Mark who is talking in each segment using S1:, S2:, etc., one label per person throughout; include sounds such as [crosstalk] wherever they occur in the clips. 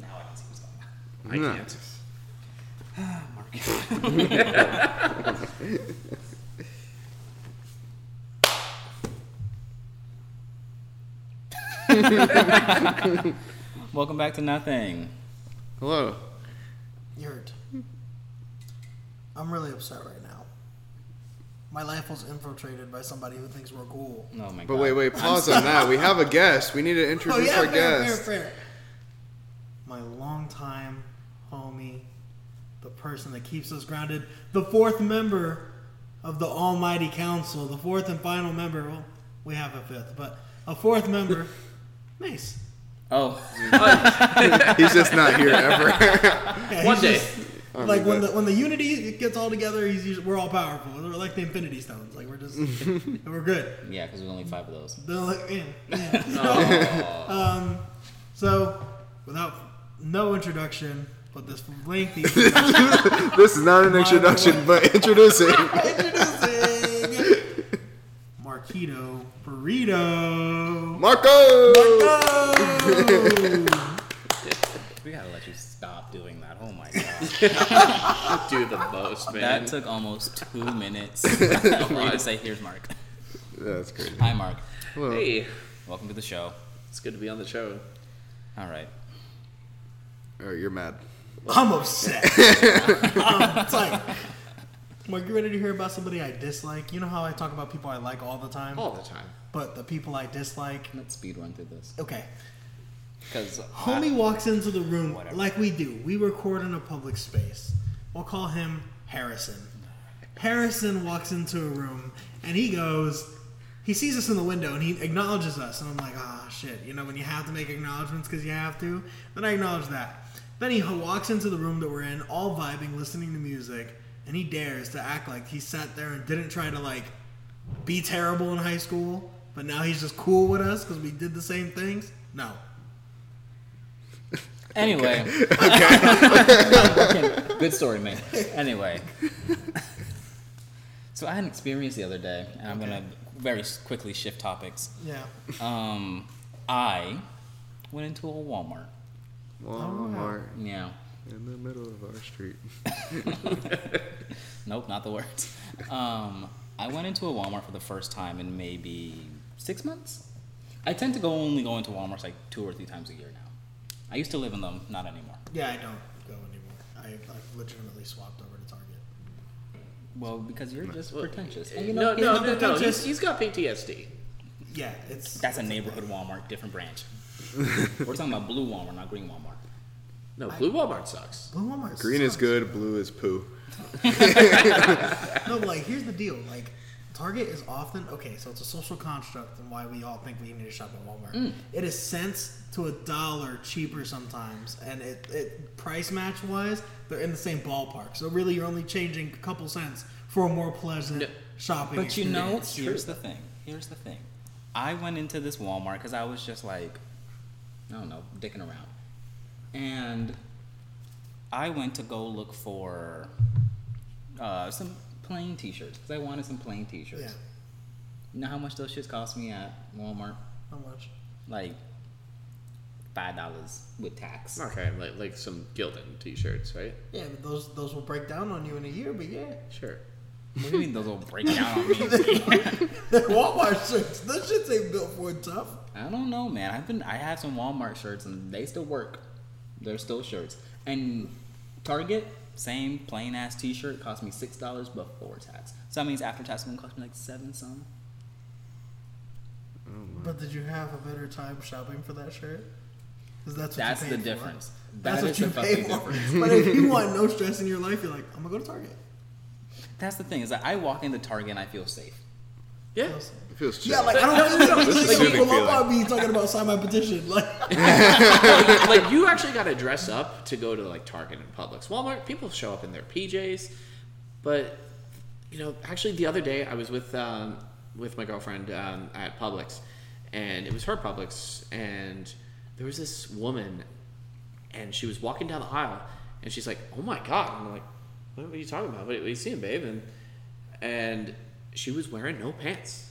S1: Now I can see what's going on.
S2: I
S3: Yeah.
S2: can't.
S1: Mark. Welcome back to nothing.
S3: Hello.
S4: Yurt. I'm really upset right now. My life was infiltrated by somebody who thinks we're cool.
S1: Oh my god.
S3: But wait, wait, pause on that. We have a guest. We need to introduce our
S4: Oh,
S3: guest.
S4: fair. My longtime homie, the person that keeps us grounded, the fourth member of the Almighty Council, the fourth and final member. Well, we have a fifth, but a fourth member, [laughs] Mace.
S1: Oh,
S3: [laughs] He's just not here ever. [laughs]
S4: Yeah,
S2: One
S4: he's
S2: day.
S4: just- like when the when the unity gets all together, he's usually, we're all powerful. We're like the Infinity Stones. Like we're just we're good.
S1: yeah, because there's only five of those.
S4: They're like, yeah, yeah.
S2: Oh.
S4: [laughs] Um, so without no introduction, but this lengthy
S3: this is not an introduction, but introducing.
S4: introducing Marquito Burrito.
S3: Marco!
S1: We gotta let you stop doing that. Oh my god.
S2: Do the most, man.
S1: that took almost [laughs] two minutes for you to say, here's Mark.
S3: That's crazy.
S1: Hi, Mark.
S3: Hello.
S2: hey,
S1: Welcome to the show.
S2: it's good to be on the show.
S1: All right.
S3: Oh, you're mad.
S4: I'm upset. um, it's like, Mark, you ready to hear about somebody I dislike? You know how I talk about people I like all the time,
S2: All the time.
S4: but the people I dislike.
S1: Let's speed run through this.
S4: Okay,
S1: Because
S4: Homie walks into the room
S1: Whatever.
S4: like we do. We record in a public space. We'll call him Harrison. Harrison walks into a room and he goes, he sees us in the window and he acknowledges us. And I'm like, ah, shit. You know, when you have to make acknowledgments because you have to, then I acknowledge that. Then he walks into the room that we're in, all vibing, listening to music, and he dares to act like he sat there and didn't try to, like, be terrible in high school, but now he's just cool with us because we did the same things. No.
S1: [laughs] Anyway. [laughs] Good story, man. Anyway. [laughs] So I had an experience the other day, and I'm gonna very s- quickly shift topics.
S4: Yeah.
S1: Um, I went into a Walmart.
S3: Walmart
S1: Yeah.
S3: in the middle of our street.
S1: Nope, not the words. [laughs] Um, I went into a Walmart for the first time in maybe six months. I tend to go only go into Walmart's like two or three times a year now. I used to live in them, not anymore.
S4: Yeah, I don't go anymore. I like legitimately swapped over to Target.
S1: Well, because you're just
S2: Well,
S1: pretentious.
S2: eh,
S1: And you know,
S2: no, no,
S1: he's
S2: no,
S1: not
S2: no, He's,
S1: pretentious.
S2: he's got PTSD.
S4: Yeah, it's
S1: That's a neighborhood Walmart, different
S2: [laughs]
S1: branch. We're talking about blue Walmart, not green Walmart.
S2: No, Blue Walmart sucks.
S4: Blue Walmart.
S3: Green
S4: sucks.
S3: is good, blue is poo.
S4: No, but like here's the deal. Like Target is often okay, so it's a social construct and why we all think we need to shop at Walmart.
S1: Mm.
S4: It is cents to a dollar cheaper sometimes, and it, it price match wise, they're in the same ballpark. So really, you're only changing a couple cents for a more pleasant
S2: No,
S4: shopping.
S1: But you know,
S4: experience.
S1: here's the thing. Here's the thing. I went into this Walmart because I was just like, I don't know, dicking around, and I went to go look for uh, some plain T-shirts because I wanted some plain T-shirts.
S4: yeah,
S1: You know how much those shits cost me at Walmart?
S4: how much?
S1: Like five dollars with tax.
S2: Okay, like like some Gildan T-shirts, right?
S4: Yeah, but those those will break down on you in a year. But yeah,
S2: Sure.
S1: What do you mean those will break down on me?
S4: they're [laughs] Walmart shirts. Those shits ain't built for it tough.
S1: I don't know, man. I've been I have some Walmart shirts and they still work. They're still shirts. And Target, same plain ass t shirt, cost me six dollars before tax. So that means after tax it's gonna cost me like seven some.
S4: But did you have a better time shopping for that shirt? 'Cause that's what
S1: That's
S4: you
S1: the
S4: paid for.
S1: difference.
S4: That's
S1: That
S4: what
S1: is
S4: you
S1: the
S4: pay
S1: fucking
S4: for.
S1: difference.
S4: but if you want
S1: [laughs]
S4: no stress in your life, you're like, I'm gonna go to Target.
S1: That's the thing, is that I walk into Target and I feel safe.
S2: Yeah.
S3: It feels chill.
S4: Yeah, like
S1: [laughs]
S4: I don't feel
S3: This is
S4: like, like
S3: soothing
S4: people up on me talking about sign my petition. Like,
S2: like, [laughs] like, you actually got to dress up to go to like Target and Publix. Walmart people show up in their PJs, but you know, actually the other day I was with um, with my girlfriend um, at Publix, and it was her Publix, and there was this woman, and she was walking down the aisle, and she's like, "Oh my god!" And I'm like, "What are you talking about? What are you seeing, babe?" And and she was wearing no pants.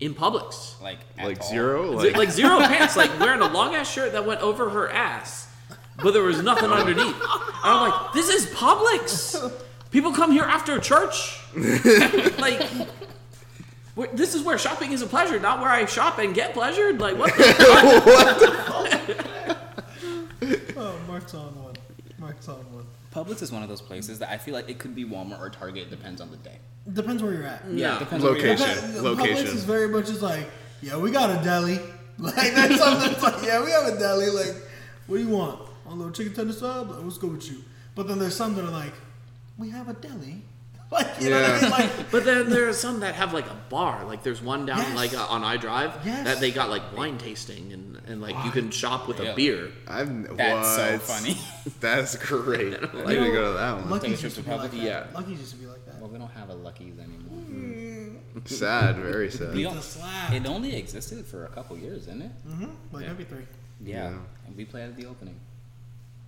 S2: in Publix.
S1: Like at
S3: Like
S1: all.
S3: zero?
S2: Like,
S3: Like,
S4: [laughs]
S2: zero pants, like wearing a long ass shirt that went over her ass, but there was nothing underneath. And I'm like, this is Publix. People come here after church. [laughs] like, where- this is where shopping is a pleasure, not where I shop and get pleasure. Like, what?
S4: [laughs]
S2: The-
S4: Oh, Mark's on one. Mark's on one.
S1: Publix is one of those places that I feel like it could be Walmart or Target. Depends on the day.
S4: Depends where you're at.
S2: yeah.
S1: Depends on where you're at.
S3: location.
S4: Publix- Publix
S3: Location.
S4: is very much just like, yeah, we got a deli. [laughs] Like that's something. That's like, yeah, we have a deli. Like, what do you want? A little chicken tender sub. Like, let's go with you. But then there's some that are like, we have a deli. [laughs] Like, you know what I mean?
S3: Yeah.
S4: Like,
S2: But then there are some that have like a bar. Like there's one down
S4: Yes.
S2: like uh, on iDrive
S4: Yes.
S2: that they got like wine tasting and, and like you can shop with
S1: Really?
S2: a beer.
S3: I'm,
S1: [laughs] That's so
S3: what?
S1: funny.
S3: [laughs] That's
S1: [laughs]
S3: great. I need
S4: You
S3: to
S4: know,
S3: go to that one.
S1: Take a
S4: Lucky's
S1: trip
S4: used
S1: to
S4: to be like
S1: Publix,
S4: that.
S2: yeah.
S4: Lucky's used to be like that.
S1: Well, we don't have a Lucky's anymore.
S3: Sad,
S1: [laughs]
S3: very
S1: We
S3: [laughs] sad.
S1: don't-
S4: The slab.
S1: It only existed for a couple years, didn't it?
S4: hmm Like
S1: Yeah.
S4: every three.
S1: Yeah.
S3: Yeah.
S1: And we played at the opening.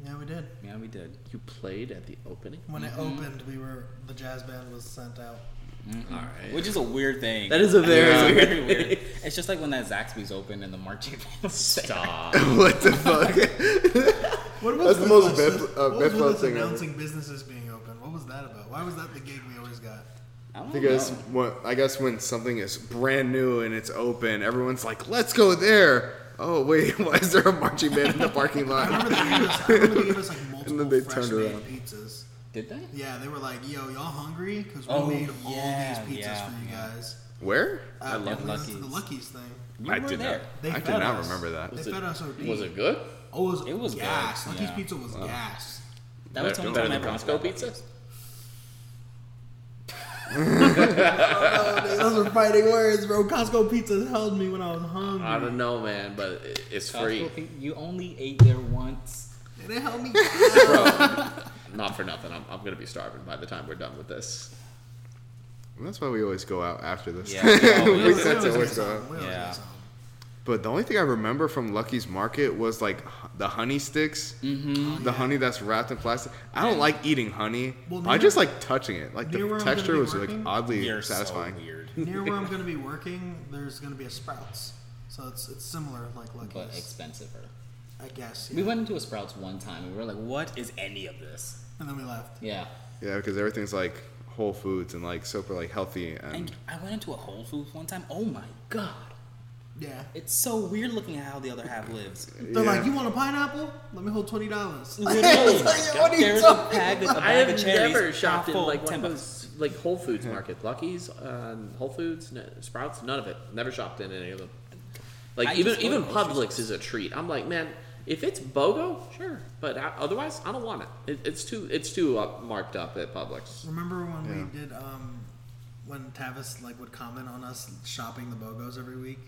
S4: Yeah, we did.
S1: Yeah, we did.
S2: You played at the opening.
S4: When it opened, we were the jazz band was sent out.
S2: All right.
S1: Which is a weird thing.
S2: That is a very
S1: It's
S2: weird
S1: very weird.
S2: thing.
S1: It's just like when that Zaxby's opened and the marching [laughs] band.
S2: Stop.
S3: what
S1: [laughs]
S3: the fuck?
S4: What was
S3: That's the
S4: with
S3: most
S4: us-
S3: Beth- uh,
S4: what was
S3: Bethel
S4: with us
S3: thing ever.
S4: announcing businesses being open? What was that about? Why was that the gig we always got?
S1: I don't
S3: Because
S1: know.
S3: when, I guess when something is brand new and it's open, everyone's like, "Let's go there." Oh wait, [laughs] why is there a marching band in the parking lot?
S4: I
S1: [laughs]
S4: remember they gave us, I remember they gave us [laughs] like multiple
S3: then they
S4: fresh
S3: turned
S4: made
S3: around.
S4: pizzas.
S1: Did they?
S4: Yeah, they were like, "Yo, y'all hungry? Because we
S1: Oh,
S4: made
S1: yeah,
S4: all these pizzas
S1: yeah,
S4: for you
S1: yeah.
S4: guys."
S3: Where?
S4: Uh,
S1: I love
S4: it was The
S1: Lucky's.
S4: Lucky's thing.
S1: You
S3: I
S1: were
S3: did
S1: there.
S3: not.
S4: They
S3: I did
S4: fed
S3: not
S4: us.
S3: remember that.
S4: They
S2: Was it-
S4: fed us OD.
S2: Was it good?
S4: Oh, it was,
S1: It was
S4: gas.
S1: good,
S4: Lucky's
S1: yeah.
S4: pizza was gas.
S1: That was the
S2: better,
S1: only
S2: better
S1: time I
S2: than
S1: ever got
S2: Costco
S1: Lucky's.
S2: pizza.
S4: [laughs] Oh, those are fighting words, bro. Costco pizza held me when I was hungry.
S2: I
S1: Hmm.
S2: don't know, man, but it- it's free.
S1: Costco pizza. You only ate there once.
S4: And it [laughs] held me.
S2: Not for nothing. I'm, I'm gonna be starving by the time we're done with this.
S3: That's why we always go out after this.
S1: Yeah,
S3: [laughs]
S1: we always-
S3: we
S1: we
S3: tend to
S4: always
S3: always
S4: get
S3: go
S4: something.
S3: out.
S4: We always get
S1: Yeah.
S4: something.
S3: But the only thing I remember from Lucky's Market was like h- the honey sticks,
S4: Oh,
S3: mm-hmm. the honey that's wrapped in plastic. I don't like eating honey.
S4: Well,
S3: I
S4: near-
S3: just like touching it. Like
S4: near where
S3: the
S4: I'm gonna
S3: texture
S4: be
S3: was
S4: working,
S3: like oddly
S1: You're
S3: satisfying.
S1: so weird.
S4: Near where I'm going to be working, there's going to be a Sprouts. So it's, it's similar, like
S1: But
S4: Lucky's,
S1: expensiver.
S4: I guess.
S1: We
S4: yeah.
S1: went into a Sprouts one time and we were like, what is any of this?
S4: And then we left.
S1: Yeah.
S3: yeah, because everything's like whole foods and like super like healthy
S1: And
S3: and
S1: I went into a Whole Foods one time. Oh my god.
S4: Yeah.
S1: It's so weird looking at how the other half lives.
S4: They're
S3: Yeah.
S4: like, you want a pineapple? Let me hold twenty dollars.
S1: Literally.
S4: what are you
S1: There's a
S4: talking
S1: bag with a
S4: about?
S1: bag
S2: I have
S1: of cherries,
S2: never shopped in
S1: half full,
S2: like one
S1: 10
S2: of
S1: bucks.
S2: those like Whole Foods market, Lucky's, um, Whole Foods, no, Sprouts, none of it. Never shopped in any of them. Like
S1: I
S2: even
S1: just go to
S2: even
S1: grocery
S2: Publix is a treat. I'm like, man, if it's BOGO, sure, but I, otherwise, I don't want it. it it's too it's too uh, marked up at
S1: [laughs]
S2: Publix.
S4: Remember when we
S3: Yeah.
S4: did um, when Tavis like would comment on us shopping the Bogos every week?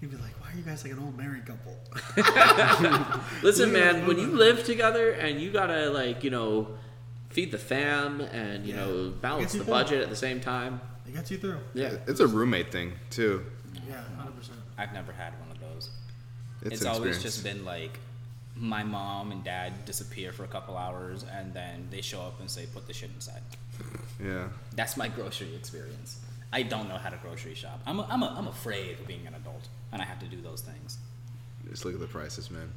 S4: He'd be like, "Why are you guys like an old married couple?"
S2: Listen,
S4: Yeah,
S2: man, when you live together and you gotta like you know feed the fam and you
S4: Yeah.
S2: know balance
S4: Guess you
S2: the
S4: can.
S2: budget at the same time.
S4: It gets you through.
S2: Yeah,
S3: it's a roommate thing too.
S4: Yeah, hundred percent.
S1: I've never had one of those.
S3: It's,
S1: It's,
S3: an
S1: always
S3: experience.
S1: just been like my mom and dad disappear for a couple hours and then they show up and say, put the shit inside.
S3: Yeah.
S1: That's my grocery experience. I don't know how to grocery shop. I'm, a, I'm, a, I'm afraid of being an adult and I have to do those things.
S3: Just look at the prices, man.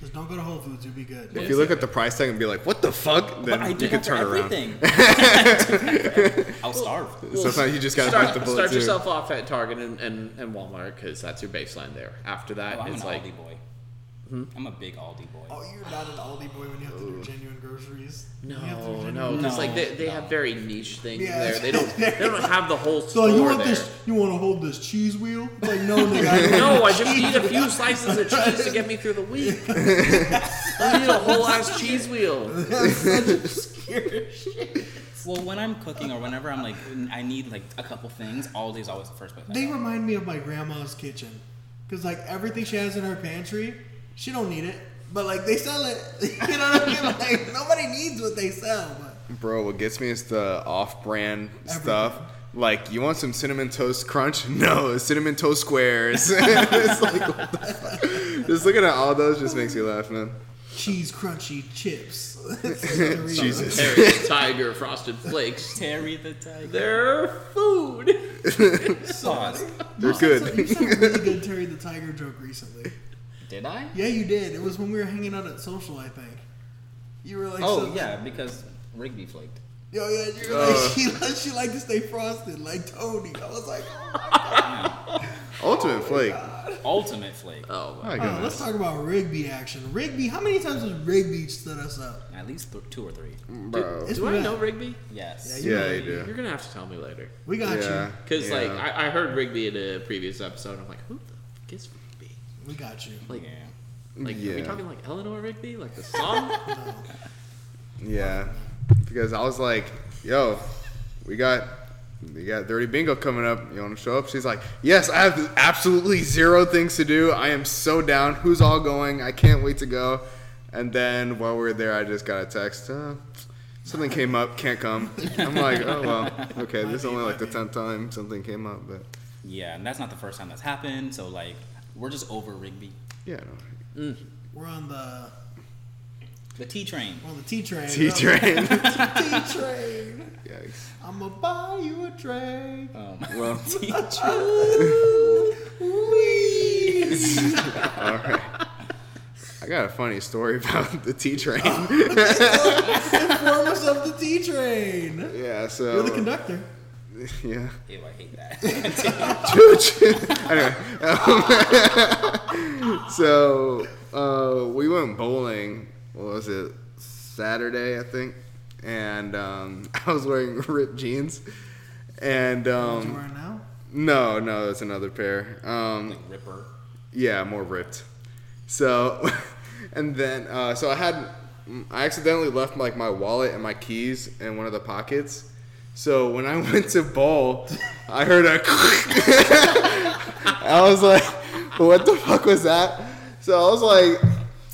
S4: Just don't go to Whole Foods; you'll be good.
S3: If you look at the price tag and be like, "What the fuck?"
S1: But
S3: then
S1: I do
S3: you can
S1: that for
S3: turn around.
S1: everything.
S3: [laughs]
S1: I'll starve. Oh,
S3: Sometimes you just gotta
S2: start,
S3: bite the bullet
S2: start
S3: too.
S2: yourself off at Target and, and, and Walmart because that's your baseline there. After that,
S1: Oh, I'm an
S2: it's like
S1: Aldi boy.
S3: Hmm?
S1: I'm a big Aldi boy.
S4: Oh, you're not an Aldi boy when you have to do genuine groceries. You have to do
S2: no,
S4: genuine
S2: no, because like they, they
S1: No,
S2: have
S1: no.
S2: very niche things
S4: Yeah.
S2: there. They don't they
S4: [laughs]
S2: don't have the whole
S4: So
S2: store
S4: like, you want
S2: there.
S4: this? You want to hold this cheese wheel? It's Like [laughs] no, nigga.
S2: No, I just need a few slices of cheese to get me through
S4: [laughs]
S2: the week. I need a whole ass cheese wheel.
S4: That's such obscure shit.
S1: Well, when I'm cooking or whenever I'm like, I need like a couple things, Aldi's always the first place. I
S4: They
S1: go.
S4: remind me of my grandma's kitchen, cause like everything she has in her pantry, she don't need it, but like they sell it. [laughs] You know what I mean? Like nobody needs what they sell. But
S3: Bro, what gets me is the off-brand
S4: Everything.
S3: stuff. Like, you want some cinnamon toast crunch? [laughs] No, cinnamon toast [laughs] squares. it's like, what the fuck? just looking at all those just makes you laugh, man.
S4: cheese crunchy chips. [laughs]
S3: Jesus.
S2: Terry the Tiger, Frosted Flakes.
S1: Terry the Tiger
S2: They're food.
S1: sauce.
S3: They're
S4: You
S3: good.
S4: said a really good Terry the Tiger joke recently.
S1: Did I?
S4: Yeah, you did. It was when we were hanging out at social, I think. You were like,
S1: Oh
S4: so-
S1: yeah, because Rigby flaked.
S4: yo, yeah. You were
S3: Uh.
S4: like, [laughs] she, li- she liked to stay frosted, like Tony. I was like, oh,
S3: Ultimate flake.
S1: Ultimate flake.
S2: Oh
S3: My
S2: my
S4: oh, let's
S3: goodness.
S4: talk about Rigby action. Rigby, how many times has Rigby stood us up?
S1: At least th- two or three.
S3: Bro.
S4: It's
S2: Do I
S4: bad.
S2: know Rigby?
S1: Yes.
S4: you-
S3: Yeah, you do.
S2: You're gonna have to tell me later.
S4: We got
S3: Yeah.
S4: you.
S2: Cause
S3: yeah.
S2: like I, I heard Rigby in a previous episode. I'm like, who the fuck is Rigby?
S4: We got you.
S2: Like,
S1: yeah.
S2: like are we
S3: Yeah.
S2: talking like Eleanor Rigby, like the song? [laughs]
S3: Yeah, because I was like, "Yo, we got we got Dirty Bingo coming up. You want to show up?" She's like, "Yes, I have absolutely zero things to do. I am so down. Who's all going? I can't wait to go." And then while we were there, I just got a text. Uh, something came up, can't come. I'm like, "Oh well, okay. This is only like the tenth time something came up, but
S1: Yeah, and that's not the first time that's happened. So like, we're just over Rigby.
S3: yeah." No.
S4: We're on the
S1: The T train.
S4: we're on the T train.
S3: T
S4: [laughs]
S3: train.
S4: T train.
S3: [laughs] Yikes.
S4: I'ma buy you a drink.
S3: [laughs]
S1: Um, [laughs]
S3: Well,
S1: T- [laughs]
S4: Wee.
S3: all right. I got a funny story [laughs] about the T train.
S4: [laughs] Inform us of the T train.
S3: yeah, so
S4: You're the conductor.
S3: yeah.
S1: Ew, I hate
S3: [laughs]
S1: that.
S3: Church. anyway, um, so uh, we went bowling. What was it? Saturday, I think. And um, [laughs] I was wearing ripped jeans. And
S4: What you
S3: um,
S4: wearing now?
S3: no, no, it's another pair. Um,
S1: like Ripper.
S3: yeah, more ripped. So, [laughs] and then uh, so I had I accidentally left like my wallet and my keys in one of the pockets. So when I [laughs] went to bowl, I heard a. [laughs] I was like, "What the fuck was that?" So I was like,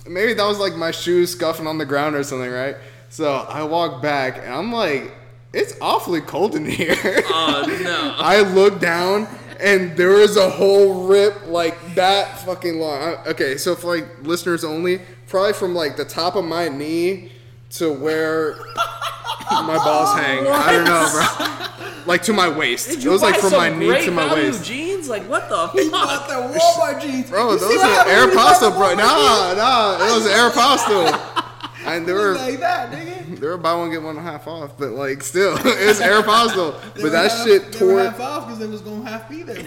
S3: maybe that was like my shoes scuffing on the ground or something, right? So I walk back and I'm like, "It's awfully cold in here." [laughs]
S2: Oh no.
S3: I looked down and there was a whole rip like that fucking long. I- Okay, so for like listeners only, probably from like the top of my knee to where [laughs] my balls hang. I don't know, bro. Like to my waist.
S2: Did
S3: It
S2: you
S3: was like
S2: buy
S3: from
S2: some
S3: my knee
S2: great
S3: to my
S2: value
S3: waist.
S2: Jeans, like what the
S4: He
S2: fuck?
S4: bought the Walmart jeans.
S3: Bro,
S4: You see
S3: those
S4: what
S3: are
S4: happened
S3: air
S4: when you bought the
S3: pasta, bro.
S4: Walmart jeans?
S3: Nah, nah, it was
S4: [laughs]
S3: air pasta. And they
S4: It
S3: were
S4: was like that, nigga.
S3: they were buy one get one half off, but like still, [laughs] it's air pasta.
S4: They
S3: [laughs] But
S4: were
S3: that
S4: half-
S3: shit
S4: They were
S3: tore.
S4: half off because they was gonna half be
S3: [laughs]
S4: there.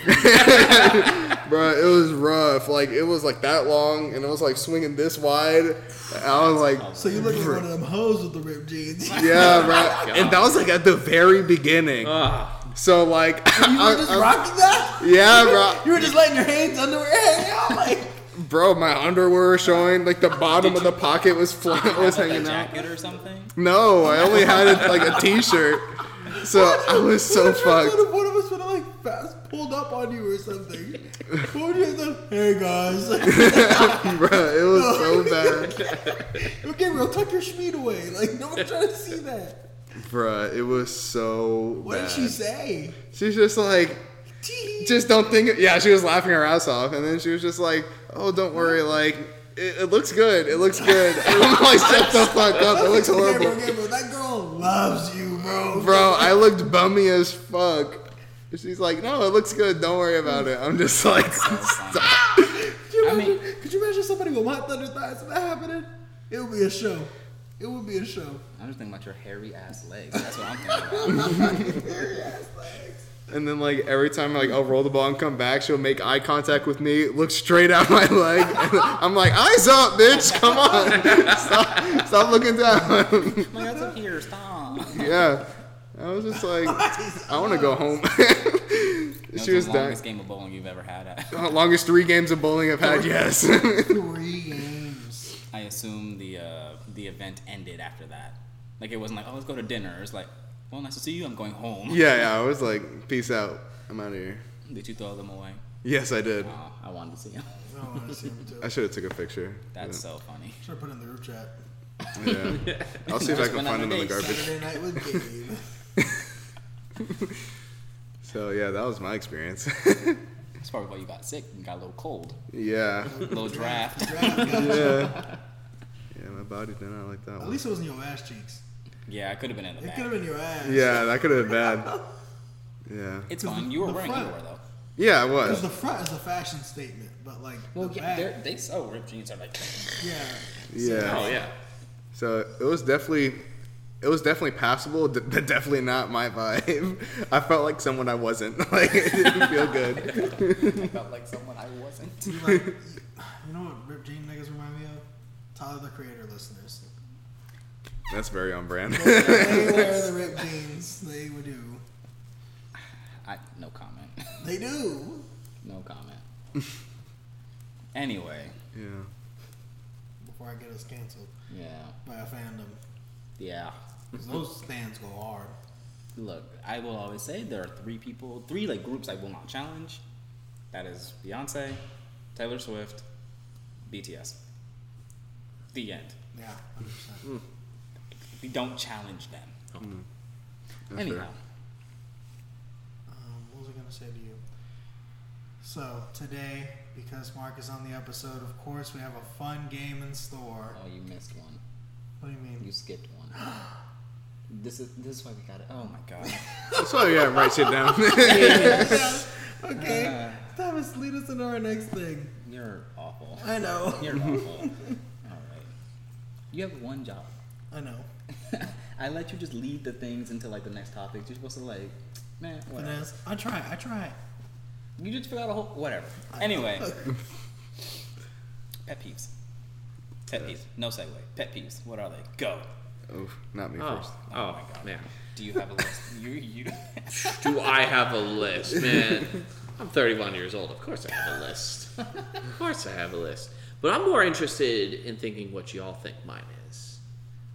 S3: Bro, it was rough. Like it was like that long, and it was like swinging this wide. I was like,
S4: So you look at one of them hoes with the ripped jeans. [laughs] You
S3: yeah,
S1: [laughs]
S3: bro. And that was like at the very beginning.
S2: Ah,
S3: So like,
S4: were
S3: [laughs] I-
S4: just
S3: I-
S4: rocking that.
S3: yeah, bro.
S4: You were just letting your hands underwear hang out like.
S3: Bro, my underwear was showing. Like the bottom of the pocket was fl- was
S1: Like a
S3: hanging out.
S1: jacket or something.
S3: No, I only had a, like a t-shirt. So I was so
S4: What if I [laughs]
S3: fucked.
S4: would've- One of us would have like fast pulled up on you or something. What would you have done? Hey guys, [laughs]
S3: Bro, it was so bad.
S4: Yo, Gabriel, tuck your schmeat away. Like no one's trying to see that.
S3: Bruh, it was so
S4: What
S3: bad.
S4: did she say?
S3: She's just like,
S4: Tee.
S3: just don't think. Yeah, she was laughing her ass off, and then she was just like, "Oh, don't worry. Like, it, it looks good. It looks good." [laughs] I'm like, "Shut the fuck up. It looks
S4: Gabriel,
S3: horrible,
S4: Gabriel, that girl loves you, bro.
S3: bro." I looked bummy as fuck. She's like, "No, it looks good. Don't worry about it." I'm just like, [laughs] "Stop."
S4: Could you
S1: I mean-
S4: imagine, could you imagine somebody with my thunder thighs if that happening? It would be a show. It would be a show.
S1: I'm just thinking about your hairy ass legs. That's what I'm [laughs] thinking about.
S3: And then like every time like I'll roll the ball and come back, she'll make eye contact with me, look straight at my leg. And I'm like, "Eyes up, bitch! Come on, [laughs] stop, stop looking down."
S1: My hands up here. Stop.
S3: Yeah. I was just
S4: [laughs]
S3: like, I want to go home. [laughs]
S1: That
S3: she was
S1: the
S3: done.
S1: longest game of bowling you've ever had.
S3: Longest three games of bowling
S1: [laughs]
S3: I've had, yes.
S4: Three games.
S1: I assume the uh, the event ended after that. Like it wasn't like, oh, let's go to dinner. It's like, well, nice to see you. I'm going home.
S3: yeah, yeah. I was like, peace out. I'm out of here.
S1: Did you throw them away?
S3: Yes, I did.
S1: Oh, I wanted to see them.
S4: I don't want to see them do
S3: I
S4: it.
S3: should have took a picture.
S1: [laughs] That's so funny.
S4: Should have put it in the group chat.
S1: [laughs]
S3: Yeah. I'll see if I
S1: Just
S3: can
S1: went
S3: find them
S1: on
S3: in the
S1: a date.
S3: garbage.
S4: Saturday night with Gabe.
S3: So yeah, that was my experience. [laughs]
S1: That's probably why you [laughs] got sick and got a little cold,
S3: yeah.
S1: [laughs] a little draft.
S4: Draft guy.
S3: Yeah. Yeah, man. body didn't I like that
S4: At
S3: one?
S4: least it wasn't your ass cheeks.
S1: Yeah, I could have been in the
S4: It
S1: back.
S4: could have been your ass.
S3: yeah, that could have been bad. Yeah.
S1: It's fine. You were
S4: the
S1: wearing
S4: front-
S1: underwear though.
S3: Yeah, it
S4: Because
S3: was.
S4: the front is a fashion statement, but like
S1: Well,
S4: the
S1: yeah,
S4: back,
S1: they're- they sell ripped jeans are like.
S4: yeah.
S1: [laughs]
S3: Yeah.
S2: Oh yeah.
S3: So it was definitely, it was definitely passable, d- [laughs] but definitely not my vibe. [laughs] I felt like someone I wasn't. [laughs] Like it didn't feel
S2: [laughs]
S3: good.
S1: I felt like someone I wasn't.
S4: You like, you know what ripped jean niggas remind me of? Tyler the Creator listeners.
S3: That's very on brand.
S4: They wear the ripped jeans. They would do.
S1: I no comment. [laughs]
S4: They do.
S1: No comment. [laughs] anyway,
S3: yeah.
S4: Before I get us canceled
S1: yeah,
S4: by a fandom,
S1: yeah.
S4: 'Cause those stands go hard.
S1: Look, I will always say there are three people, three like groups I will not challenge. That is Beyonce, Taylor Swift, BTS. The end.
S4: Yeah, 100%.
S1: We don't challenge them.
S2: Oh.
S3: that's
S1: Anyhow,
S4: Um, what was I gonna say to you? So today, because Mark is on the episode, of course we have a fun game in store.
S1: oh, you missed one.
S4: What do you mean?
S1: You skipped one. This is this is why we got it. Oh my god.
S3: fair. [laughs] That's why we gotta write shit down. [laughs]
S4: okay,
S2: [laughs]
S4: Thomas, lead us into our next thing.
S1: [laughs] You're awful.
S4: I know.
S1: You're awful.
S2: [laughs]
S1: All right. You have one job.
S4: I know.
S1: I let you just lead the things into like the next topic. You're supposed to like, man, whatever.
S4: Finesse. I try. I try.
S1: You just forgot a whole whatever. Anyway, pet peeves. Pet peeves. No segue. Pet peeves. What are they? Go.
S3: oh, not me first.
S2: Oh, oh,
S1: Oh my God.
S2: man.
S1: Do you have a
S2: [laughs]
S1: list? you you. [laughs]
S2: Do I have a list, man? [laughs] I'm 31 years old. Of course I have a list. Of course I have a list. But I'm more interested in thinking what y'all think mine is.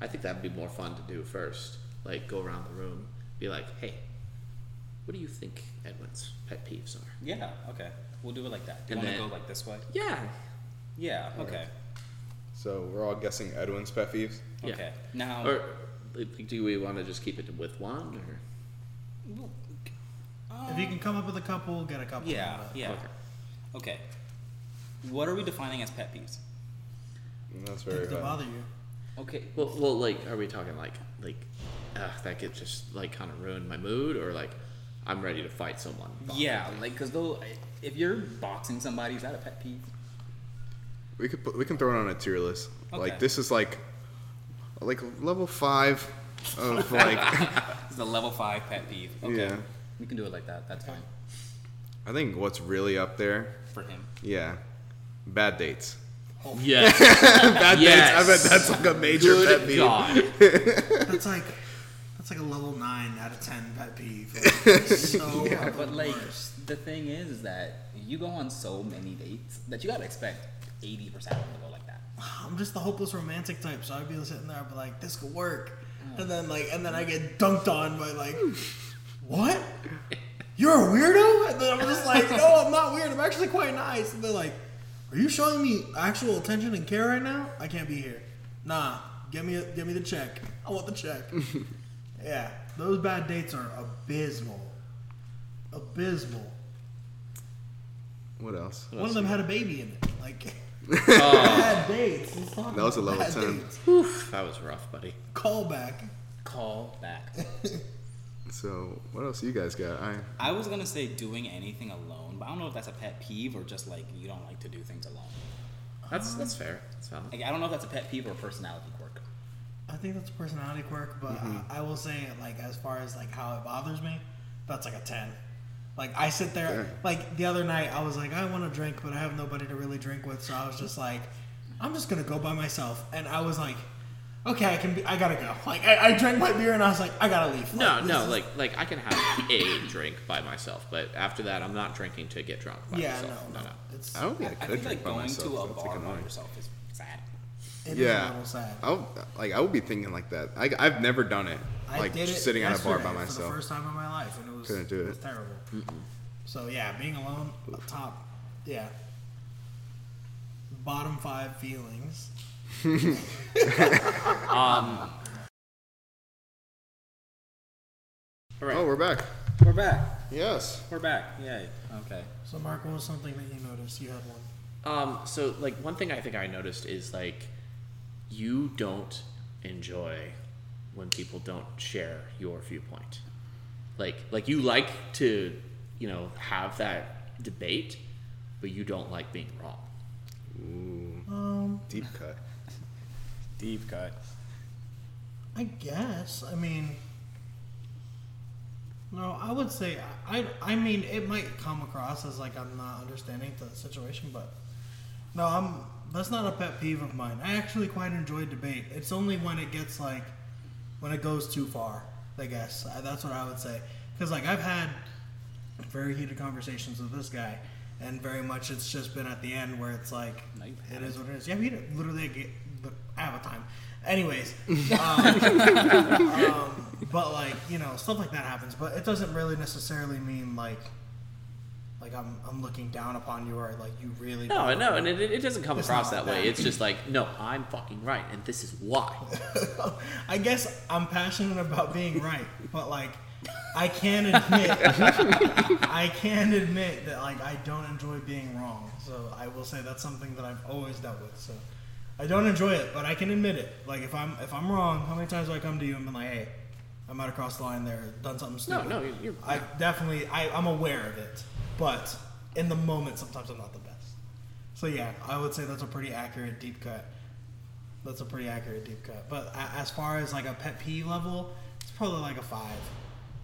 S2: I think that'd be more fun to do first. Like go around the room, be like, "Hey, what do you think Edwin's pet peeves are?"
S1: yeah. Okay. We'll do it like that. Do you
S2: And
S1: want to go
S2: then-
S1: like this way?
S2: Yeah.
S1: Yeah. Okay.
S3: So we're all guessing Edwin's pet peeves.
S2: Yeah.
S1: Okay. Now.
S2: Or like, do we want to just keep it with one or
S4: If you can come up with a couple, get a couple.
S1: yeah. Yeah.
S2: Okay.
S1: Okay. What are we defining as pet peeves?
S3: That's very
S4: Things that
S3: bad.
S4: bother you.
S1: Okay.
S2: Well, well, like, are we talking like, like, uh, that could just like kind of ruin my mood, or like, I'm ready to fight someone?
S1: Yeah, like because though, if you're boxing somebody, is that a pet peeve?
S3: We could put, we can throw it on a tier list.
S1: Okay.
S3: Like this is like, like level five
S1: [laughs]
S3: of like.
S1: It's a level five pet peeve. Okay.
S3: Yeah.
S1: We can do it like that. That's fine
S3: I think what's really up there.
S1: for him.
S3: Yeah. Bad dates. [laughs]
S2: Yes.
S3: Bad
S2: Yes.
S3: dates. [laughs] I bet that's like a major
S2: Good
S3: pet peeve.
S2: God.
S4: That's like that's like a level nine out of ten pet peeve.
S1: [laughs]
S4: Like, it's so
S1: But like
S4: worst.
S1: the thing is, is that you go on so many dates that you gotta expect eighty percent of them to go like that.
S4: I'm just the hopeless romantic type, so I'd be sitting there, I'd be like, this could work, and then like, and then I get dunked on by like, what? You're a weirdo? And then I'm just like, no, I'm not weird. I'm actually quite nice. And they're like, are you showing me actual attention and care right now? I can't be here. Nah, give me a, give me the check. I want the check. yeah, those bad dates are abysmal. Abysmal.
S3: What else?
S4: One of them had a baby in it. Like
S3: [laughs]
S4: bad dates. Let's talk
S3: Oh. That was a
S4: about
S3: level
S4: bad
S3: 10.
S4: dates.
S2: Oof, that was rough, buddy.
S4: Callback.
S1: Call back.
S3: So what else you guys got? I
S1: I was gonna say doing anything alone, but I don't know if that's a pet peeve or just like you don't like to do things alone.
S2: That's that's fair. That's valid.
S1: Like I don't know if that's a pet peeve or a personality quirk.
S4: I think that's a personality quirk, but I, I will say, like, as far as like how it bothers me, that's like a ten. Like I sit there,
S3: Fair.
S4: like the other night, I was like, I want to drink, but I have nobody to really drink with, so I was just like, I'm just gonna go by myself, and I was like, okay, I can, be, I gotta go. [laughs] Like I, I drank my beer, and I was like, I gotta leave.
S2: No,
S4: this
S2: no,
S4: is-
S2: like, like I can have a drink by myself, but after that, I'm not drinking to get drunk by
S4: yeah,
S2: myself.
S4: no, no, it's
S3: I don't think I,
S1: I
S3: could
S1: think
S3: drink
S1: like
S3: by
S1: going
S3: myself.
S1: to a
S3: That's like
S1: bar by
S3: annoying.
S1: yourself is sad.
S4: it is a
S3: Yeah.
S4: little sad.
S3: I would, like I would be thinking like that. I, I've never done it.
S4: I
S3: like
S4: did it
S3: just sitting at a bar by
S4: yesterday for the
S3: myself.
S4: first time in my life, and it was
S3: Couldn't do
S4: was
S3: it.
S4: terrible. So yeah, being alone, up top, yeah, bottom five feelings.
S2: Um, all right.
S3: Oh, we're back.
S1: We're back.
S3: Yes.
S1: We're back. Yay. Okay.
S4: So Mark, what was something that you noticed? You had one.
S2: Um, so like one thing I think I noticed is like you don't enjoy when people don't share your viewpoint. Like like you like to, you know, have that debate, but you don't like being wrong.
S3: Deep cut.
S1: Deep cut.
S4: I guess. I mean, no, I would say I. I mean, it might come across as like I'm not understanding the situation, but no, I'm. That's not a pet peeve of mine. I actually quite enjoy debate. It's only when it gets like when it goes too far. I guess I, that's what I would say. Because like I've had very heated conversations with this guy, and very much it's just been at the end where it's like
S1: No, you've
S4: it
S1: had
S4: is what it is. Yeah, we literally get, I have a time. Anyways, um, but like you know stuff like that happens but it doesn't really necessarily mean like like i'm, I'm looking down upon you or like you really
S2: No, no, and it, it doesn't come
S4: It's
S2: across that
S4: not
S2: way.
S4: that.
S2: It's just like, no, I'm fucking right, and this is why.
S4: i guess i'm passionate about being right but like i can admit [laughs] i can admit that like i don't enjoy being wrong so i will say that's something that i've always dealt with so i don't enjoy it but i can admit it like if i'm if i'm wrong how many times do i come to you and been like hey i might have crossed the line there done something
S2: No,
S4: stupid
S2: no, you're, you're
S4: I definitely, I, I'm aware of it, but in the moment, sometimes I'm not the best. So yeah, I would say that's a pretty accurate deep cut. That's a pretty accurate deep cut. But a- as far as like a pet peeve level, it's probably like a five.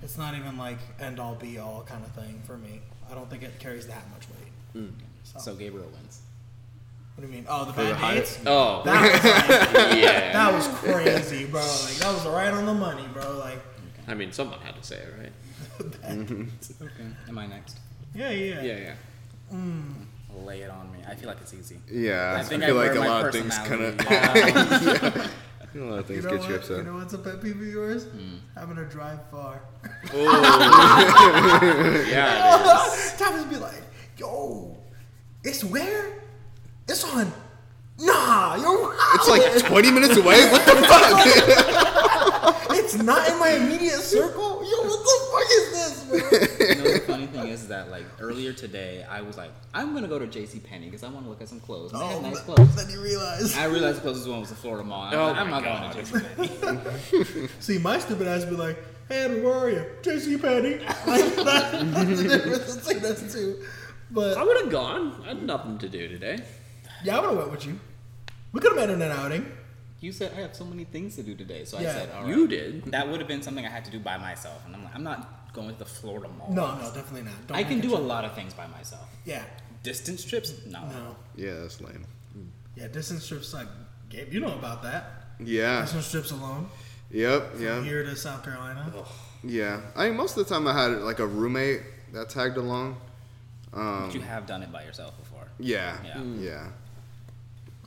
S4: It's not even like end all be all kind of thing for me. I don't think it carries that much weight. So,
S1: So Gabriel wins.
S4: what do you mean? Oh, the
S3: the
S4: bad
S3: height?
S4: dates.
S2: Oh,
S4: [laughs] That was, like,
S2: [laughs] yeah.
S4: that was crazy, bro. Like that was right on the money, bro. Like
S2: I mean, someone had to say it, right?
S1: Okay. Am I next?
S4: yeah, yeah.
S2: Yeah, yeah.
S1: Lay it on me. I feel like it's easy.
S3: Yeah, I,
S1: I think I
S3: feel like
S1: wear
S3: a
S1: my
S3: lot of things kind of.
S1: personality
S3: [laughs] A lot of
S4: You
S3: things get you
S4: know, what, you
S3: upset.
S4: know what's a pet peeve of yours? Having to drive far. [laughs]
S2: Yeah, it is.
S4: Thomas be like, yo, it's where? It's on. Nah, you're
S3: It's like 20 minutes away. What the fuck?
S4: [laughs] it's not in my immediate circle. Yo, what the fuck is
S1: [laughs]
S4: this,
S1: You know, the funny thing is that like earlier today, I was like, I'm gonna go to J.C. Penney because I want to look at some clothes. And
S4: bro?
S1: they had nice
S4: Oh,
S3: Oh,
S4: but-
S1: clothes.
S4: then you realize.
S1: I realized the closest one was the Florida Mall. and I
S2: Oh
S1: was like, I'm
S2: my
S1: not
S2: [laughs]
S1: going to
S2: God.
S1: J.C. Penney.
S4: See, my stupid ass be like, hey, Adam, where are you? JC Penny. [laughs] Like, that, that's the difference between us two.
S2: I
S4: But
S2: would have gone. I had nothing to do today.
S4: yeah, I would have went with you. We could have met in an outing.
S1: You said I have so many things to do today, so I
S4: Yeah.
S1: said, all right.
S2: You did.
S1: That would have been something I had to do by myself, and I'm like, I'm not going to the Florida Mall.
S4: No, no, definitely not. Don't
S1: I can
S4: make
S1: do a Uh,
S4: trip.
S1: lot of things by myself.
S4: Yeah,
S1: Distance trips? No.
S4: no.
S3: yeah, that's lame.
S4: Yeah, distance trips like Gabe, you know about that.
S3: Yeah.
S4: Distance trips alone.
S3: Yep. Yeah.
S4: Here to South Carolina.
S3: Yeah. I mean, most of the time I had like a roommate that tagged along.
S1: But you have done it by yourself before.
S3: Yeah.
S1: Yeah.
S3: Yeah.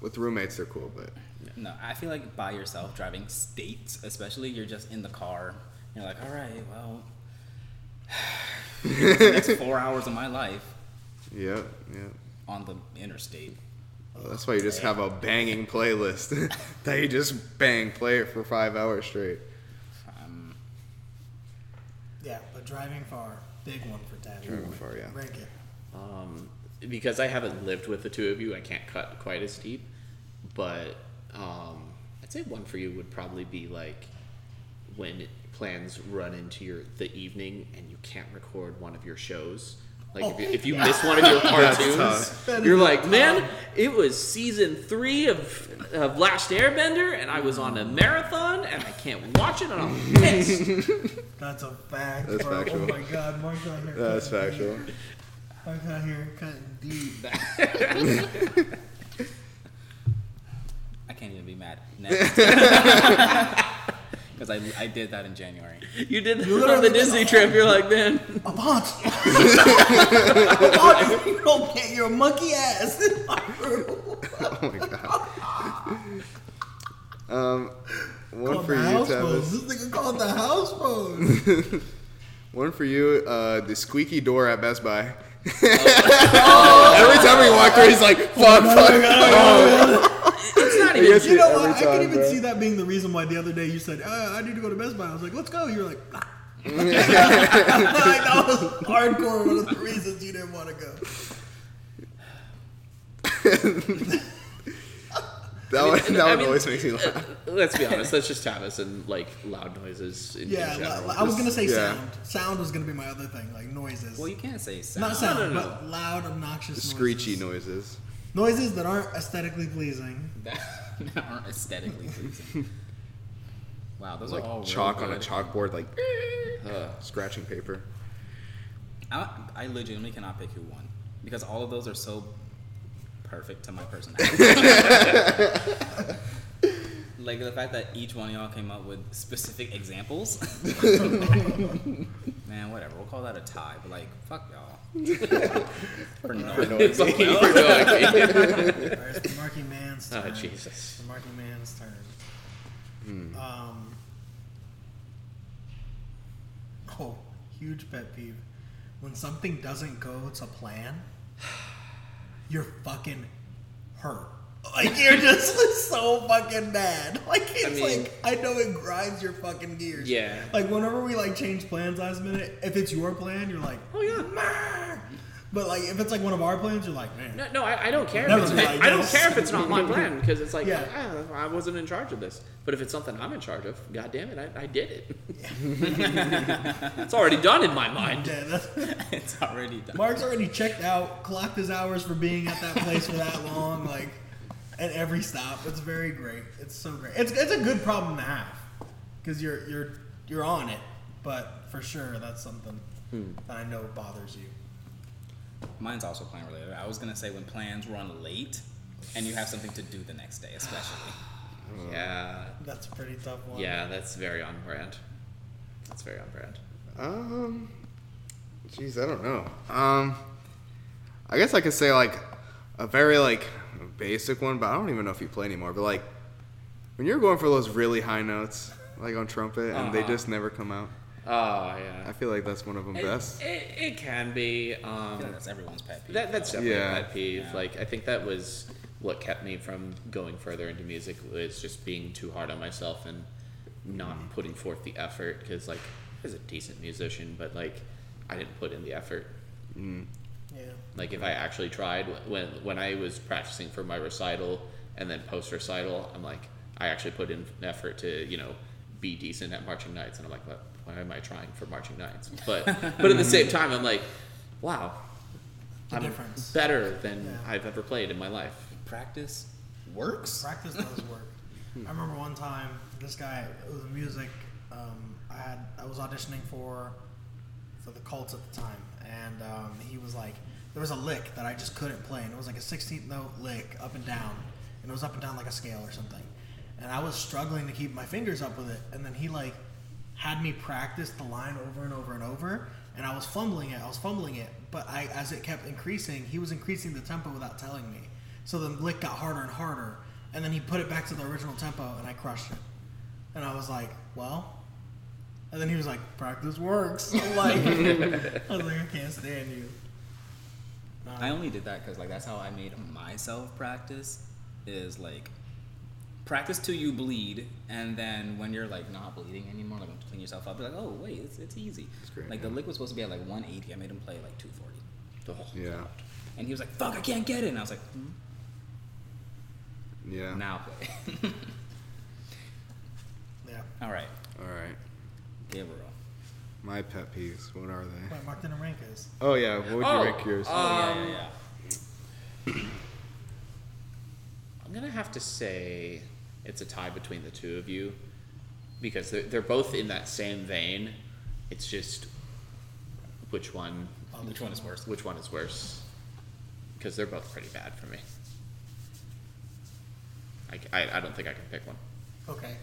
S3: With roommates, they're cool, but
S1: No, I feel like by yourself driving states, especially, you're just in the car. You're like, all right, well, [sighs] here's the [laughs] next four hours of my life
S3: yep. Yep.
S1: on the interstate.
S3: Well, that's why you just have a banging playlist [laughs] that you just bang play it for five hours straight.
S1: Um,
S4: Yeah, but driving far, big one for Tabby.
S3: Driving far, yeah.
S4: Rank it.
S2: Um, because I haven't lived with the two of you, I can't cut quite as deep. But um, I'd say one for you would probably be like when plans run into your the evening and you can't record one of your shows. Like if, you, if you miss one of your
S3: tough.
S2: cartoons,
S4: That
S2: you're
S4: is
S2: like,
S4: tough.
S2: man, it was season three of of Last Airbender, and I was on a marathon, and I can't watch it, and I'm pissed. [laughs]
S4: That's a fact.
S3: That's
S4: bro.
S3: factual.
S4: Oh my god, Mark's out here.
S3: That's
S4: cutting
S3: factual.
S4: deep. Mark's out here cutting deep.
S1: I can't even be mad. [laughs] Next. Because I, I did that in January.
S2: You did that on the Disney trip. You're
S4: [laughs]
S2: like, man,
S3: [laughs]
S4: A bunch. a bunch. If [laughs] you don't get your monkey ass in my room.
S3: Oh my god. um, one
S4: Called
S3: for
S4: the
S3: you,
S4: house
S3: Tavis.
S4: phone. This nigga called the house phone.
S3: [laughs]
S4: [laughs]
S3: One for you, uh, the squeaky door at Best Buy. [laughs] Every time we walk through, he's like, fuck, [laughs] fuck.
S2: it's not even
S3: Yes,
S4: You know what?
S3: every
S4: I can
S3: time,
S4: even
S3: bro.
S4: see that being the reason why the other day you said, uh, I need to go to Best Buy. I was like, let's go. You're like, nah. [laughs] like, that was hardcore one of the reasons you didn't want to go.
S3: That
S2: mean,
S3: one, that
S2: I
S3: one
S2: mean-
S3: always makes me laugh.
S2: Let's be honest. That's just Tavis and like loud noises in, in
S4: Yeah,
S2: general.
S4: la- I was gonna say
S3: yeah.
S4: sound. Sound was gonna be my other thing, like noises.
S1: Well, you can't say sound.
S4: Not sound,
S2: no, no.
S4: but loud, obnoxious,
S3: [laughs]
S4: noises.
S3: Screechy noises.
S4: Noises that aren't aesthetically pleasing.
S1: that [laughs] that aren't aesthetically [laughs] pleasing. Wow, those
S3: Like
S1: are all real
S3: chalk on a
S1: good.
S3: chalkboard, like uh,
S2: Ugh.
S3: scratching paper.
S1: I, I legitimately cannot pick who won because all of those are so perfect to my personality. like the fact that each one of y'all came up with specific examples. Man, whatever. We'll call that a tie. But like, fuck y'all. For no.
S3: Noisy.
S2: Fuck you
S4: [laughs]
S2: for going.
S4: All right, it's the Marky Man's
S2: Oh,
S4: turn.
S2: Jesus. Hmm.
S4: The Marky Man's turn. Um. Oh, huge pet peeve. When something doesn't go to plan, [sighs] you're fucking hurt. Like you're just [laughs] so fucking mad. Like it's
S2: mean-
S4: like I know it grinds your fucking gears.
S2: Yeah.
S4: Like whenever we like change plans last minute, if it's your plan, you're like,
S2: Oh yeah.
S4: "Meh." but like if it's like one of our plans, you're like, man,
S2: No, no, I, I don't care. If
S4: Never
S2: it's,
S4: mind,
S2: I don't
S4: yes.
S2: care if it's not my plan because it's like
S4: Yeah.
S2: ah, I wasn't in charge of this. But if it's something I'm in charge of, god damn it, I, I did it. [laughs] it's already done in my mind.
S4: yeah, [laughs] that's,
S1: it's already done.
S4: Mark's already checked out, clocked his hours for being at that place for that long, like at every stop. It's very great. It's so great. It's it's a good problem to have because you're you're you're on it. But for sure, that's something
S2: Hmm.
S4: that I know bothers you.
S1: Mine's also plan related. I was gonna say when plans run late and you have something to do the next day, especially.
S2: Yeah,
S4: That's a pretty tough one.
S2: yeah, that's very on brand. That's very on brand.
S3: Um, jeez, I don't know. Um, I guess I could say like a very like basic one, but I don't even know if you play anymore. But like when you're going for those really high notes, like on trumpet, and they
S2: Uh-huh.
S3: just never come out.
S2: Oh
S3: I
S2: yeah,
S3: feel like that's one of them best.
S2: It, it, it can be.
S1: I feel like
S2: Um,
S1: that's everyone's pet peeve.
S2: that, that's definitely
S3: Yeah.
S2: a pet peeve.
S1: Yeah.
S2: Like I think that was what kept me from going further into music was just being too hard on myself and not putting forth the effort. Because like I was a decent musician, but like I didn't put in the effort.
S4: Yeah.
S2: Like if I actually tried when when I was practicing for my recital and then post recital, I'm like I actually put in an effort to you know be decent at marching nights, and I'm like, what? Why am I trying for marching nights? But but at the same time, I'm like, wow,
S4: The
S2: I'm
S4: difference.
S2: better than
S4: Yeah.
S2: I've ever played in my life.
S1: practice works.
S4: Practice does work. I remember one time this guy it was music. Um, I had I was auditioning for for the cult at the time, and um, he was like, there was a lick that I just couldn't play, and it was like a 16th note lick up and down, and it was up and down like a scale or something, and I was struggling to keep my fingers up with it, and then he like had me practice the line over and over and over, and I was fumbling it, I was fumbling it, but I as it kept increasing, he was increasing the tempo without telling me, so the lick got harder and harder, and then he put it back to the original tempo, and I crushed it, and I was like, well. And then he was like, "Practice works." [laughs] I'm like, I was like, "I can't stand you."
S1: I only did that because like that's how I made myself practice is like practice till you bleed, and then when you're like not bleeding anymore, like clean yourself up, be like, oh wait, it's, it's easy.
S3: It's great,
S1: like the
S3: yeah.
S1: lick was supposed to be at like 180, I made him play like 240,
S3: Yeah,
S1: and he was like, fuck, I can't get it, and I was like, hmm,
S3: yeah.
S1: now play. [laughs]
S4: Yeah,
S1: All right,
S3: All right,
S1: Gabriel.
S3: my pet peeves. What are they?
S4: wait, Mark didn't rank us.
S3: Oh yeah, what would you rank yours?
S1: Oh
S2: um,
S1: yeah, yeah, yeah.
S2: I'm gonna have to say it's a tie between the two of you because they're, they're both in that same vein. It's just which one
S1: Um, Which one is worse?
S2: which one is worse because they're both pretty bad for me. I, c- I- I don't think I can pick one.
S4: Okay,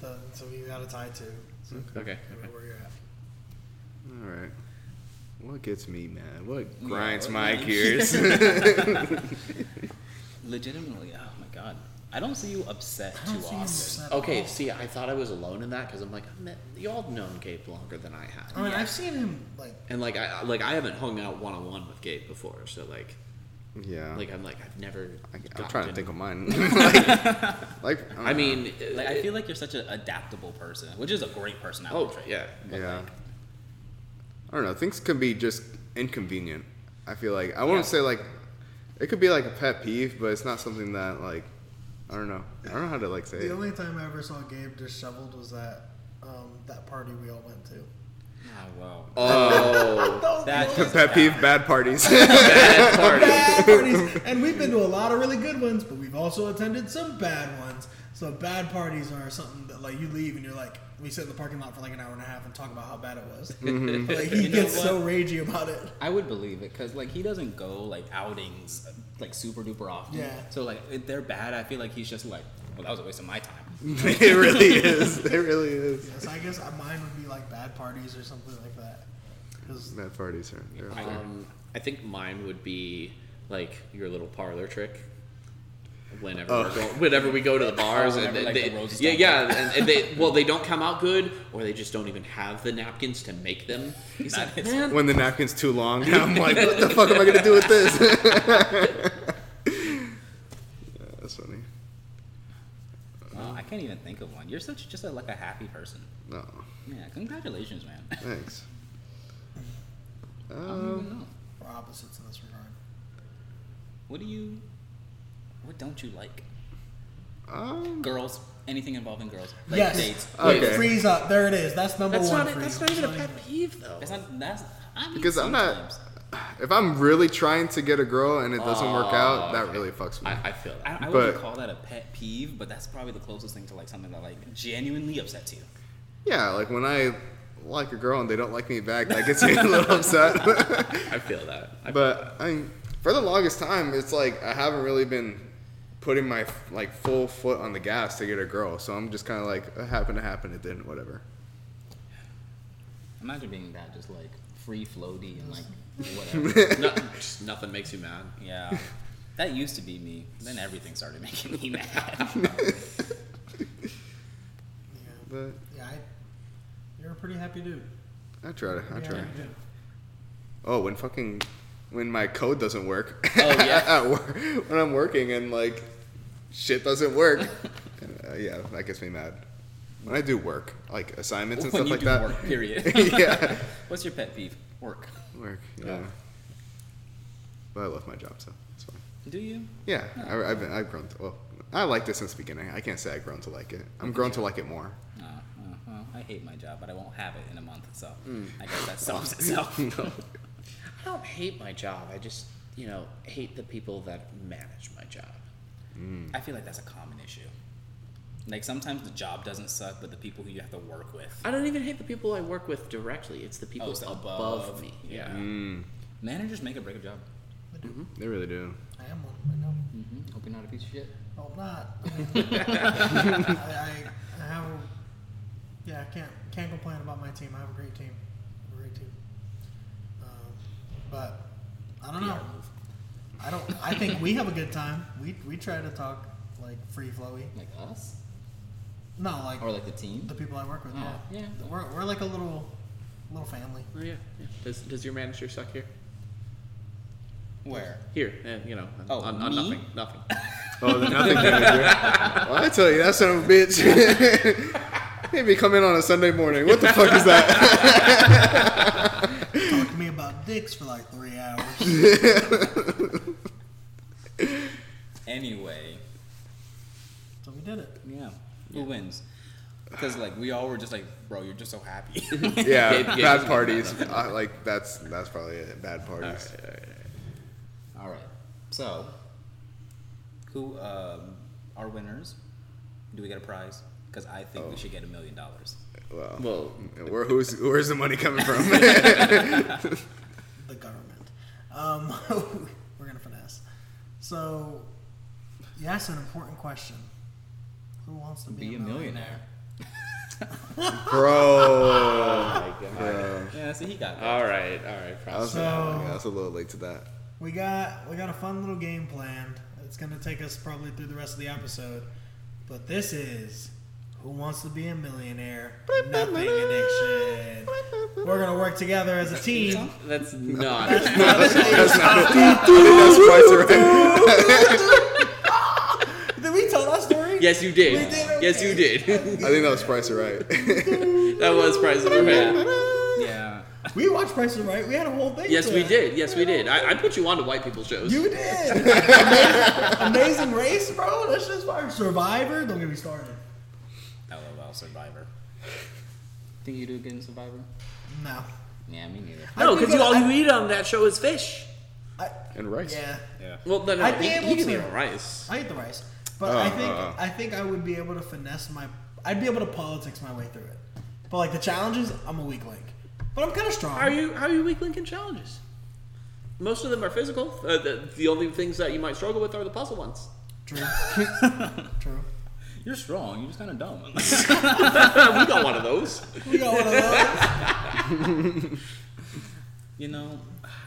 S4: the, so we got a tie too. So
S2: Okay.
S4: I don't know where you're at.
S3: All right. What gets me mad? What
S1: Yeah,
S3: grinds
S1: what
S3: my
S1: grinds-
S3: gears?
S1: [laughs] Legitimately, oh my god, I don't see you upset
S4: I
S1: too
S4: don't see you
S1: often.
S4: upset at
S2: Okay,
S4: all.
S2: see, I thought I was alone in that because I'm like, I've met- you all have known Gabe longer than I
S4: I
S2: have,
S4: mean, I've seen him like
S2: and like I I- like I haven't hung out one on one with Gabe before, so like
S3: [laughs] yeah.
S2: like I'm like I've never.
S3: I, I'm
S2: gotten
S3: trying to
S2: in-
S3: think of
S2: [laughs]
S3: mine. [laughs] like, like, don't
S2: I
S3: know.
S2: mean, uh,
S1: Like I feel like you're such an adaptable person, which is a great personality
S2: Oh
S1: trait.
S2: yeah,
S3: yeah. I don't know. Things can be just inconvenient. I feel like I wouldn't
S2: Yeah.
S3: say like it could be like a pet peeve, but it's not something that like I don't know. I don't know how to like say
S4: The
S3: it.
S4: only time I ever saw Gabe disheveled was that um, that party we all went to.
S1: Ah, well.
S2: Oh,
S1: That
S3: The [laughs] pet peeve, bad
S2: [laughs]
S3: parties. [laughs]
S2: bad party.
S4: bad parties. And we've been to a lot of really good ones, but we've also attended some bad ones. So bad parties are something that like you leave and you're like, we sit in the parking lot for like an hour and a half and talk about how bad it was. Like he
S1: You know
S4: gets
S1: what?
S4: so ragey about it.
S1: I would believe it because like he doesn't go like outings like super duper often.
S4: Yeah.
S1: So like if they're bad, I feel like he's just like, well, that was a waste of my time.
S3: it really is. It really is.
S4: So I guess uh, mine would be like bad parties or something like that. 'Cause
S3: Bad parties are. they're
S1: I-
S3: fun.
S2: Um, I think mine would be like your little parlor trick. Whenever,
S3: Oh.
S2: we're going, whenever we [laughs] go to the bars,
S1: Oh,
S2: and
S1: whenever,
S2: they,
S1: like, the
S2: they-
S1: roses
S2: yeah,
S1: don't
S2: yeah, and, [laughs] and they well, they don't come out good, or they just don't even have the napkins to make them. [laughs] He's
S1: That
S2: like,
S1: is-
S2: man,
S3: When the napkin's too
S2: [laughs]
S3: long, I'm like, what the fuck am I gonna do with this? [laughs] yeah, that's funny.
S1: Well, I can't even think of one. You're such just a, like a happy person.
S3: No,
S1: Yeah. Congratulations, man. [laughs]
S3: thanks.
S1: I don't even
S3: Um,
S1: know.
S4: We're opposites in this regard.
S1: What do you? What don't you like?
S3: um,
S1: Girls. Anything involving girls. Like
S4: yes.
S1: dates.
S4: Wait,
S3: Okay.
S4: freeze up. There it is. That's number
S2: that's
S4: one.
S2: not a,
S4: for
S2: that's
S4: you.
S2: not even a
S4: It's
S2: pet peeve though.
S1: That's not. That's. I mean,
S3: Because I'm not-
S1: sometimes.
S3: if I'm really trying to get a girl and it doesn't work out,
S2: Oh,
S3: that
S2: okay.
S3: really fucks me.
S2: I, I feel that.
S1: I, I
S3: But-
S1: wouldn't call that a pet peeve, but that's probably the closest thing to like something that like genuinely upsets you.
S3: Yeah, like when I like a girl and they don't like me back, that gets me a little [laughs] upset.
S2: I feel that. I,
S3: But I mean, for the longest time, it's like I haven't really been putting my like full foot on the gas to get a girl. So I'm just kind of like, it happened to happen, it didn't, whatever.
S1: Imagine being that just like free floaty and
S3: [laughs]
S1: like whatever.
S2: no, just nothing makes you mad.
S1: yeah. That used to be me. Then everything started making me mad.
S4: Yeah,
S3: But
S4: yeah I, you're a pretty happy dude.
S3: I try to, I
S4: Pretty
S3: try.
S4: happy dude.
S3: Oh, when fucking, when my code doesn't work.
S2: Oh, yeah.
S3: [laughs] at work, when I'm working and like shit
S1: [laughs]
S3: doesn't work. And, uh, yeah, that gets me mad. When I do work, like assignments and
S1: when
S3: stuff
S1: you do
S3: like that.
S1: work,
S3: [laughs]
S1: period. [laughs]
S3: yeah.
S1: What's your pet peeve? Work.
S3: Work. Yeah.
S1: Yeah.
S3: But I love my job, so it's fine.
S1: Do you?
S3: Yeah, I, I've been. I've grown. To, well, I liked it since the beginning. I can't say I've grown to like it. I'm grown to like it more.
S1: No. no, well, Uh, I hate my job, but I won't have it in a month, so I guess that solves itself.
S2: I don't hate my job. I just, you know, hate the people that manage my job.
S1: I feel like that's a common issue. Like sometimes the job doesn't suck, but the people who you have to work with.
S2: I don't even hate the people I work with directly. It's the people
S1: Oh, it's
S2: above,
S1: above,
S2: me.
S1: yeah.
S2: Yeah.
S1: Hmm. Managers make or break a job.
S4: I do.
S3: They really do.
S4: I am one. I know.
S1: Mm-hmm. Hope you're not a piece of shit.
S4: Well, I'm
S1: [laughs]
S4: not. I, mean, I, I, I have, a, yeah, I can't can't complain about my team. I have a great team, a great team. Um, but I don't know. I don't. I think we have a good time. We we try to talk like free flowy.
S1: Like us?
S4: No, like
S1: Or like the team?
S4: the people I work with.
S1: Oh,
S4: yeah,
S1: yeah.
S4: We're we're like a little little family.
S2: Oh yeah. yeah. Does Does your manager suck here?
S1: Where?
S2: Here, eh, you know,
S1: Oh,
S2: on, on
S1: me?
S2: nothing, nothing.
S3: Oh, the nothing manager. well, [laughs] I tell you, that son of a bitch. [laughs] Maybe come in on a Sunday morning. What the fuck is that?
S4: Talk to me about dicks for like three hours.
S1: Anyway.
S4: so we did it.
S1: Yeah. Who wins? Because like we all were just like, bro, you're just so happy.
S3: [laughs] yeah,
S2: Yeah, yeah,
S3: bad
S2: yeah.
S3: parties. I, like that's that's probably it. Bad parties.
S1: all right. So, who um, are winners? Do we get a prize? Because I think
S4: Oh.
S1: we should get a million dollars.
S4: [laughs]
S3: Well,
S2: Well,
S3: where who's where's the money coming from?
S4: the government. Um, [laughs] we're gonna finesse. So, you asked an important question. Who wants to be,
S1: Be a millionaire.
S3: Bro,
S2: oh my god.
S1: Yeah. See, he got.
S2: All right, all right.
S3: I was,
S2: Props.
S4: So-
S3: yeah, I was a little late to that.
S4: We got we got a fun little game planned. It's gonna take us probably through the rest of the episode. But this is Who Wants to Be a Millionaire? Nothing Addiction. We're gonna work together as a team.
S2: That's not.
S3: That's quite right. [laughs]
S4: Did we tell that story?
S2: yes, you did.
S4: We did,
S2: Yes, you did.
S3: [laughs]
S2: [laughs]
S3: I think that was Price right.
S2: that was price of a
S1: Yeah.
S4: We watched Price is Right. We had a whole thing.
S2: Yes,
S4: to
S2: we
S4: it.
S2: did. Yes, we did. I, I put you on to white people shows. [laughs]
S4: You did. amazing, amazing race, bro. That's just fire. Survivor. Don't get me started.
S1: LOL Survivor. Think you do good in Survivor?
S4: No.
S1: Yeah, me neither.
S2: no,
S4: I'd be
S2: because you,
S4: good-
S2: all
S4: I'd-
S2: you eat on that show is fish.
S4: I,
S3: And rice.
S4: yeah,
S1: Yeah.
S2: Well, no, no,
S4: I'd be
S2: you,
S4: able
S2: you can
S4: to.
S2: eat on rice.
S4: I eat the rice, but
S3: Oh,
S4: I think
S3: oh, oh.
S4: I think I would be able to finesse my. I'd be able to politics my way through it. But like the challenges, I'm a weak link. But I'm kind of strong.
S2: How are you? How are you weak link in challenges? Most of them are physical. Uh, the, the only things that you might struggle with are the puzzle ones.
S4: True. [laughs] True.
S1: You're strong. You're just kind of dumb. [laughs]
S2: [laughs] we got one of those.
S4: We got one of
S2: [laughs]
S4: those.
S1: you know,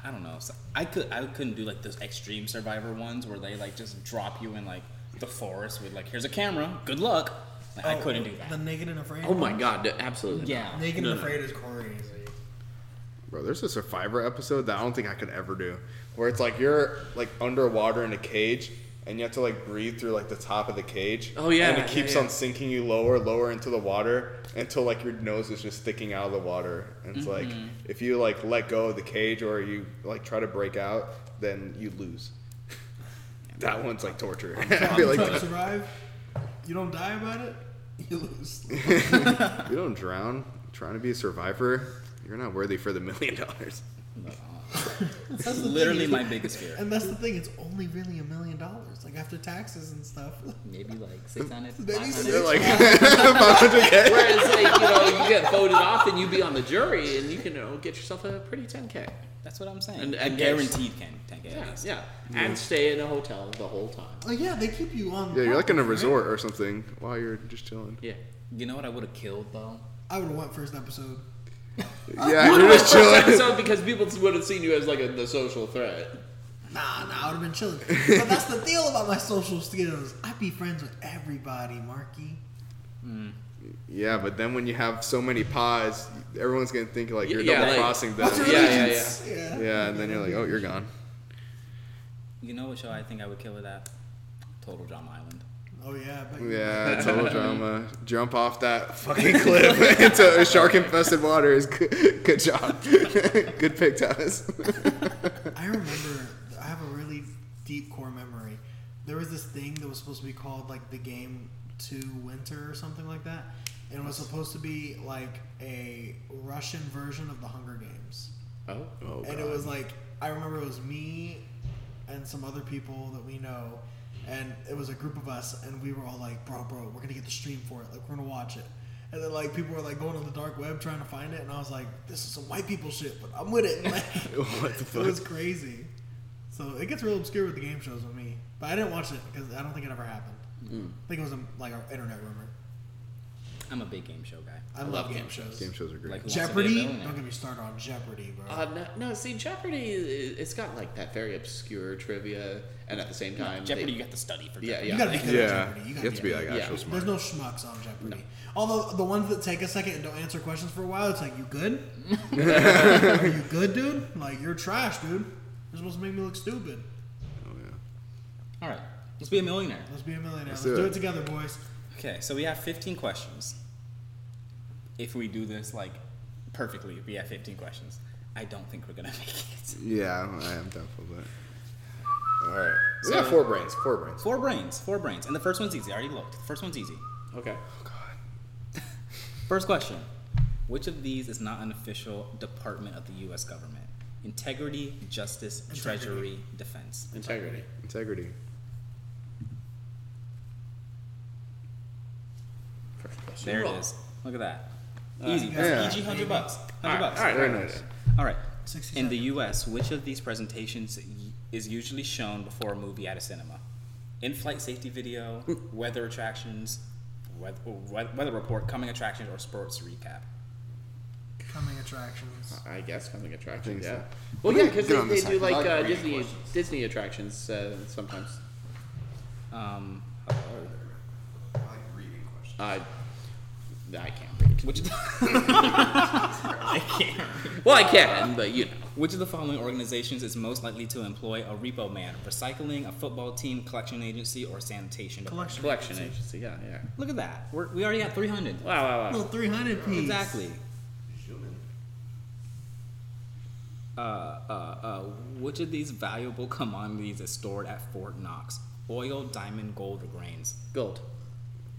S1: I don't know. So I could. I couldn't do like those extreme Survivor ones where they like just drop you in like the forest with like here's a camera. Good luck. Like, I
S4: Oh,
S1: couldn't do that.
S4: The naked and afraid.
S2: Oh my god! no, Absolutely. not.
S1: yeah.
S4: Naked
S2: No,
S4: and
S2: no.
S4: afraid is crazy.
S3: Bro, there's a Survivor episode that I don't think I could ever do, where it's like you're like underwater in a cage, and you have to like breathe through like the top of the cage.
S2: Oh, yeah,
S3: and it
S2: yeah,
S3: keeps
S2: yeah.
S3: on sinking you lower, lower into the water until like your nose is just sticking out of the water. And it's like
S2: Mm-hmm.
S3: if you like let go of the cage or you like try to break out, then you lose. [laughs] that one's like torture. [laughs] I feel
S4: you
S3: like
S4: don't survive. You don't die about it. [laughs] You lose.
S3: you don't drown trying to be a survivor. You're not worthy for the [laughs] million dollars.
S1: That's literally my biggest fear.
S4: And that's the thing. It's only really a million dollars, like after taxes and stuff. [laughs]
S1: Maybe like six hundred.
S4: Maybe
S3: They're
S1: 500.
S3: like 500k.
S2: Whereas, like, you know, you get voted off and you be on the jury and you can you know, get yourself a pretty 10K.
S1: That's what I'm saying.
S2: And-
S1: And,
S2: and
S1: guaranteed can ten k.
S2: Yeah, yeah. And stay in a hotel the whole time.
S4: Oh yeah, they keep you on.
S3: Yeah, you're like in a
S4: property, right?
S3: resort or something while you're just chilling.
S2: [laughs] Yeah.
S1: You know what I would have killed though.
S4: I would have went first episode.
S3: [laughs] Yeah, you're just chilling.
S2: So because people would have seen you as like a, the social threat.
S4: Nah, nah, I would have been chilling. but that's the deal about my social skills. I'd be friends with everybody, Marky.
S3: Yeah, but then when you have so many pies, everyone's gonna think like you're
S2: Yeah,
S3: double
S2: like-
S3: crossing them.
S4: What's your
S2: Yeah, yeah,
S4: allegiance? yeah.
S3: Yeah, and then you're like, oh, you're gone.
S1: You know what show I think I would kill it at? Total Drama Island.
S4: Oh yeah, but
S3: [laughs] Yeah, total drama. Jump off that fucking cliff [laughs] into shark-infested water is good, good job. [laughs] good pick, Thomas. [laughs]
S4: I remember. I have a really deep core memory. There was this thing that was supposed to be called like the game to winter or something like that, and it was supposed to be like a Russian version of the Hunger Games.
S2: Oh.
S3: Oh,
S4: and it was like I remember it was me and some other people that we know, and it was a group of us, and we were all like, "Bro, bro, we're gonna get the stream for it. Like, we're gonna watch it." And then like people were like going on the dark web trying to find it, and I was like, "This is some white people shit," but I'm with it. [laughs] Like,
S3: [laughs] what the
S4: it was
S3: fuck?
S4: crazy. So it gets real obscure with the game shows with me, but I didn't watch it because I don't think it ever happened.
S3: Mm.
S4: I think it was a, like an internet rumor.
S1: I'm a big game show guy.
S4: I, love, game shows.
S3: Game shows are great.
S1: Like, Who Wants to Be a
S4: Jeopardy.
S1: Millionaire?
S4: Don't get me started on Jeopardy, bro.
S2: Uh, no, no, see, Jeopardy, i- it's got like that very obscure trivia, and at the same time,
S1: Jeopardy,
S2: they-
S1: you got to study for.
S2: yeah,
S1: Jeopardy.
S2: yeah.
S4: you gotta be good at
S3: yeah,
S4: Jeopardy.
S3: you
S4: gotta
S3: have to be
S4: good.
S3: like
S2: Yeah.
S3: actual smart.
S4: There's no schmucks on Jeopardy. Although the ones that take a second and don't answer questions for a while, it's like, you good?
S3: [laughs]
S4: Are you good, dude? Like, you're trash, dude. You're supposed to make me look stupid.
S3: Oh, yeah.
S1: All right, let's be a millionaire.
S4: Let's be a millionaire. Let's,
S3: do
S4: do
S3: it.
S4: it together, boys.
S1: Okay, so we have 15 questions. If we do this like perfectly, we have 15 questions. I don't think we're gonna [laughs] make it.
S3: yeah, I am doubtful, but all right. We got four brains. Four brains.
S1: Four brains, four brains, and the first one's easy. I already looked. The first one's easy.
S2: Okay.
S1: First question: Which of these is not an official department of the U.S. government? Integrity, justice, treasury, defense.
S2: Integrity.
S3: Integrity.
S2: First question.
S1: There it
S2: Wrong.
S1: is. Look at that. Easy.
S4: Yeah.
S1: That's easy. Hundred bucks.
S2: All
S1: Hundred
S2: right.
S1: bucks.
S2: All right.
S3: Very
S2: all right.
S3: nice.
S1: All right.
S4: 60
S1: In the U.S., which of these presentations y- is usually shown before a movie at a cinema? In-flight safety video, weather attractions, weather, weather report, coming attractions, or sports recap.
S4: Coming attractions.
S2: I guess coming
S3: think
S2: attractions.
S3: so.
S2: Yeah. Well, yeah, because
S3: Get on
S2: they,
S3: this
S2: they do
S3: side. I
S2: like
S3: like
S2: uh,
S3: reading
S2: Disney
S3: questions.
S2: Disney attractions uh, sometimes.
S1: Um, hello.
S2: Uh, I can't read.
S1: Which of the, I can't.
S2: Well, I can, but you know.
S1: Which of the following organizations is most likely to employ a repo man? Recycling, a football team, collection agency, or sanitation? department?
S4: Collection.
S2: Collection eh? agency, yeah, yeah.
S1: Look at that. We're, we already have 300.
S2: Wow, wow, wow.
S4: Little 300 piece.
S1: Exactly. uh, uh, uh, which of these valuable commodities is stored at Fort Knox? Oil, diamond, gold, or grains?
S2: Gold.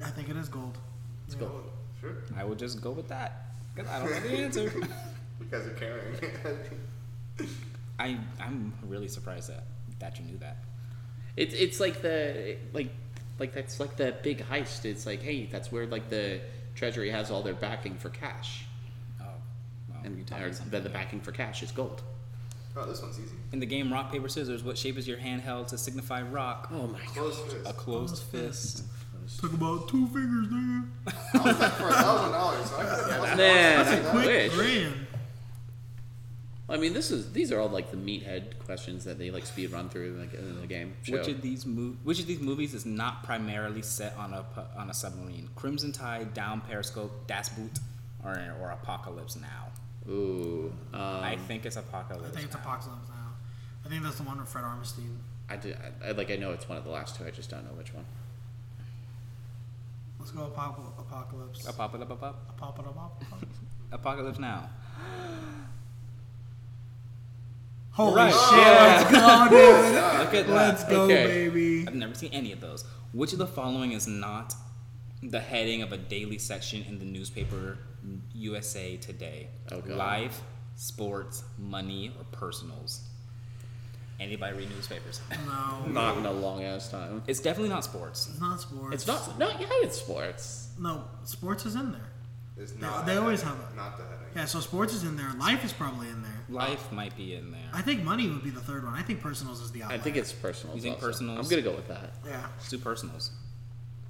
S4: I think it is gold.
S2: It's gold.
S3: Sure.
S1: I will just go with that because I don't know the answer.
S3: You guys are caring. [laughs]
S1: I I'm really surprised that that you knew that.
S2: It's it's like the like like that's like the big heist. It's like hey, that's where like the treasury has all their backing for cash,
S1: Oh, well,
S2: and
S1: taught me
S2: or
S1: something.
S2: the, the backing for cash is gold.
S3: oh, this one's easy.
S1: In the game Rock Paper Scissors, what shape is your hand held to signify rock?
S2: Oh my god.
S3: Close fist.
S1: A closed fist.
S4: Talk about two fingers, nigga.
S3: I was like for a thousand dollars. So I could have
S2: Man,
S4: That's a
S2: I
S4: quick
S2: wish.
S4: grand.
S2: I mean, this is these are all like the meathead questions that they like speed run through like in the game. Show.
S1: Which of these mov- Which of these movies is not primarily set on a pu- on a submarine? Crimson Tide, Down Periscope, Das Boot, or or Apocalypse Now?
S2: Ooh, um,
S1: I
S2: I,
S1: think it's Apocalypse.
S4: I think it's
S1: Now.
S4: Apocalypse Now. I think that's the one with Fred Armistead.
S2: did, I, I like I know it's one of the last two. I just don't know which one.
S4: Let's go apocalypse. Apocalypse.
S1: Apocalypse, apop-
S4: Apocalypse.
S1: Apocalypse Now.
S4: Holy
S1: Right.
S4: shit!
S1: Yeah.
S4: Let's go, [laughs] dude.
S1: Look at
S4: Let's
S1: that.
S4: go,
S2: Okay.
S4: baby.
S1: I've never seen any of those. Which of the following is not the heading of a daily section in the newspaper USA Today?
S2: Oh, God.
S1: Life, sports, money, or personals? Anybody read newspapers? [laughs]
S4: No,
S2: Not in a long ass time.
S1: it's definitely not sports.
S4: it's not sports.
S2: It's not. No, yeah, it's sports.
S4: No, sports is in there.
S3: It's
S4: not
S3: not.
S4: they always have it.
S3: Not the heading.
S4: Yeah, so sports is in there. Life is probably in there.
S1: Life might be in there.
S4: I think money would be the third one. I think personals is the
S2: I
S4: outlier.
S2: think it's personal.
S1: You think personals?
S2: I'm gonna go with that.
S4: Yeah.
S1: Let's do personals.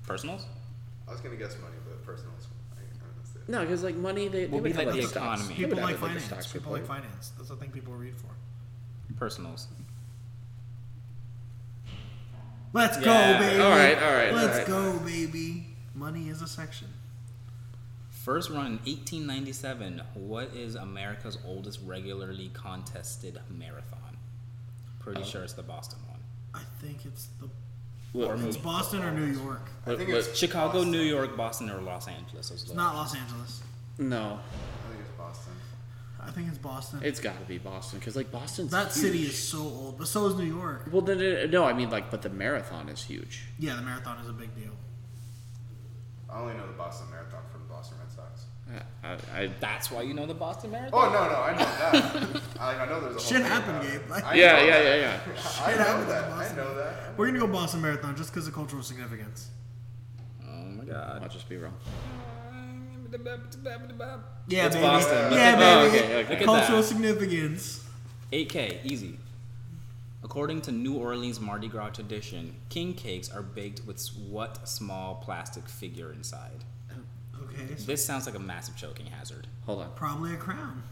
S1: Personals?
S3: I was gonna guess money, but personal. is- I, I don't know, that's it.
S2: No, because like money, they, they
S1: Will
S2: would
S1: be
S2: have,
S1: like
S2: like
S1: the
S2: stocks.
S1: economy.
S2: They would
S4: People
S2: have,
S4: like
S2: the
S4: finance.
S2: stocks
S4: people like
S2: report.
S4: finance. That's the thing people read for.
S1: Personals.
S4: Let's
S1: Yeah.
S4: go, baby.
S2: All right, all right, all
S4: Let's
S2: right.
S4: go, baby. Money is a section.
S1: First run in 1897. What is America's oldest regularly contested marathon?
S2: Oh.
S1: Pretty sure it's the Boston one.
S4: I think it's the
S2: Look,
S1: Or
S4: it's
S1: maybe-
S4: Boston or New York.
S3: I think
S2: look,
S3: it's
S1: Chicago,
S3: Boston.
S1: New York, Boston, or Los Angeles. Those
S4: It's
S1: are-
S4: not Los Angeles.
S2: No,
S3: I think it's Boston.
S4: I think it's Boston.
S2: it's got to be Boston because like Boston's
S4: that
S2: huge.
S4: city is so old, but so is New York.
S2: Well, no, no, no, no, I mean like, but the marathon is huge.
S4: Yeah, the marathon is a big deal.
S3: I only know the Boston Marathon from the Boston Red Sox.
S2: I, I, I
S1: That's why you know the Boston Marathon.
S3: Oh no, no, I know
S4: [laughs]
S3: that. I, I know there's a whole
S4: Shit
S3: thing
S4: happened,
S3: about it.
S4: Gabe.
S3: I
S2: yeah,
S3: know
S2: yeah,
S3: that.
S2: yeah, yeah.
S3: I know
S4: happened at
S3: that. I
S4: Boston.
S3: know that.
S4: We're gonna go Boston Marathon just because of cultural significance.
S1: Oh my God.
S2: I'll just be wrong.
S4: Yeah,
S1: It's
S4: baby.
S1: Boston.
S4: Yeah,
S2: Oh,
S4: baby.
S2: okay, okay.
S1: Look at
S4: Cultural
S1: that.
S4: significance.
S1: 8K, easy. According to New Orleans Mardi Gras tradition, king cakes are baked with what small plastic figure inside?
S4: Okay, so
S1: This sounds like a massive choking hazard.
S2: Hold on.
S4: probably a crown.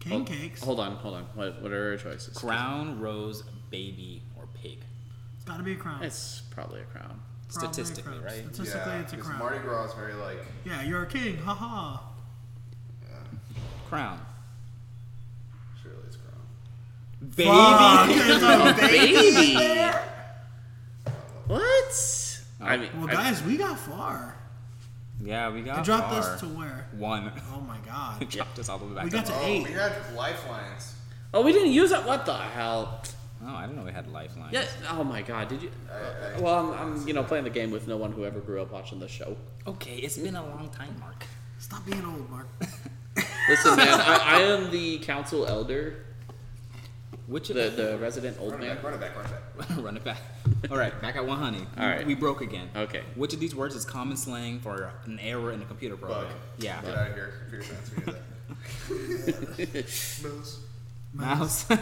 S4: King
S2: Hold,
S4: cakes.
S2: Hold on, hold on. What, what are our choices?
S1: Crown, rose, baby, or pig.
S4: It's gotta be a crown.
S2: It's probably a crown.
S4: Probably a
S1: Statistically,
S4: crown.
S1: right?
S4: Statistically,
S3: yeah,
S4: it's a
S3: 'cause
S4: crown.
S3: Mardi Gras is very like.
S4: yeah, you're a king. Haha.
S3: Yeah,
S1: Crown.
S3: surely it's crown.
S1: Baby.
S4: Fuck, it's a
S2: Baby. what?
S1: Oh.
S2: I mean,
S4: Well,
S2: I-
S4: guys, we got far.
S1: Yeah, we got
S4: They dropped
S1: far.
S4: us to where?
S1: one. [laughs]
S4: Oh my
S1: They
S4: god.
S1: dropped us all the way back.
S4: We got
S1: up.
S4: to
S3: Oh,
S4: eight.
S3: we had lifelines.
S2: oh, we didn't use it. What the hell?
S1: Oh, I didn't know we had lifelines.
S2: Yeah. Oh my God. Did you? uh,
S3: I- I-
S2: well, I'm, I'm, you know, playing the game with no one who ever grew up watching the show.
S1: Okay, it's been a long time, Mark.
S4: Stop being old, Mark.
S2: Listen, man, I, I am the council elder,
S1: Which of
S2: the the resident old
S3: Run it
S2: man.
S3: back, run it back, run it back.
S1: [laughs] Run it back. All right, back at 100.
S2: All right.
S1: We broke again.
S2: Okay.
S1: Which of these words is common slang for an error in a computer program?
S3: Bug.
S1: Yeah.
S3: Get out of here, computer science. We did that. Moose.
S1: Mouse. [laughs]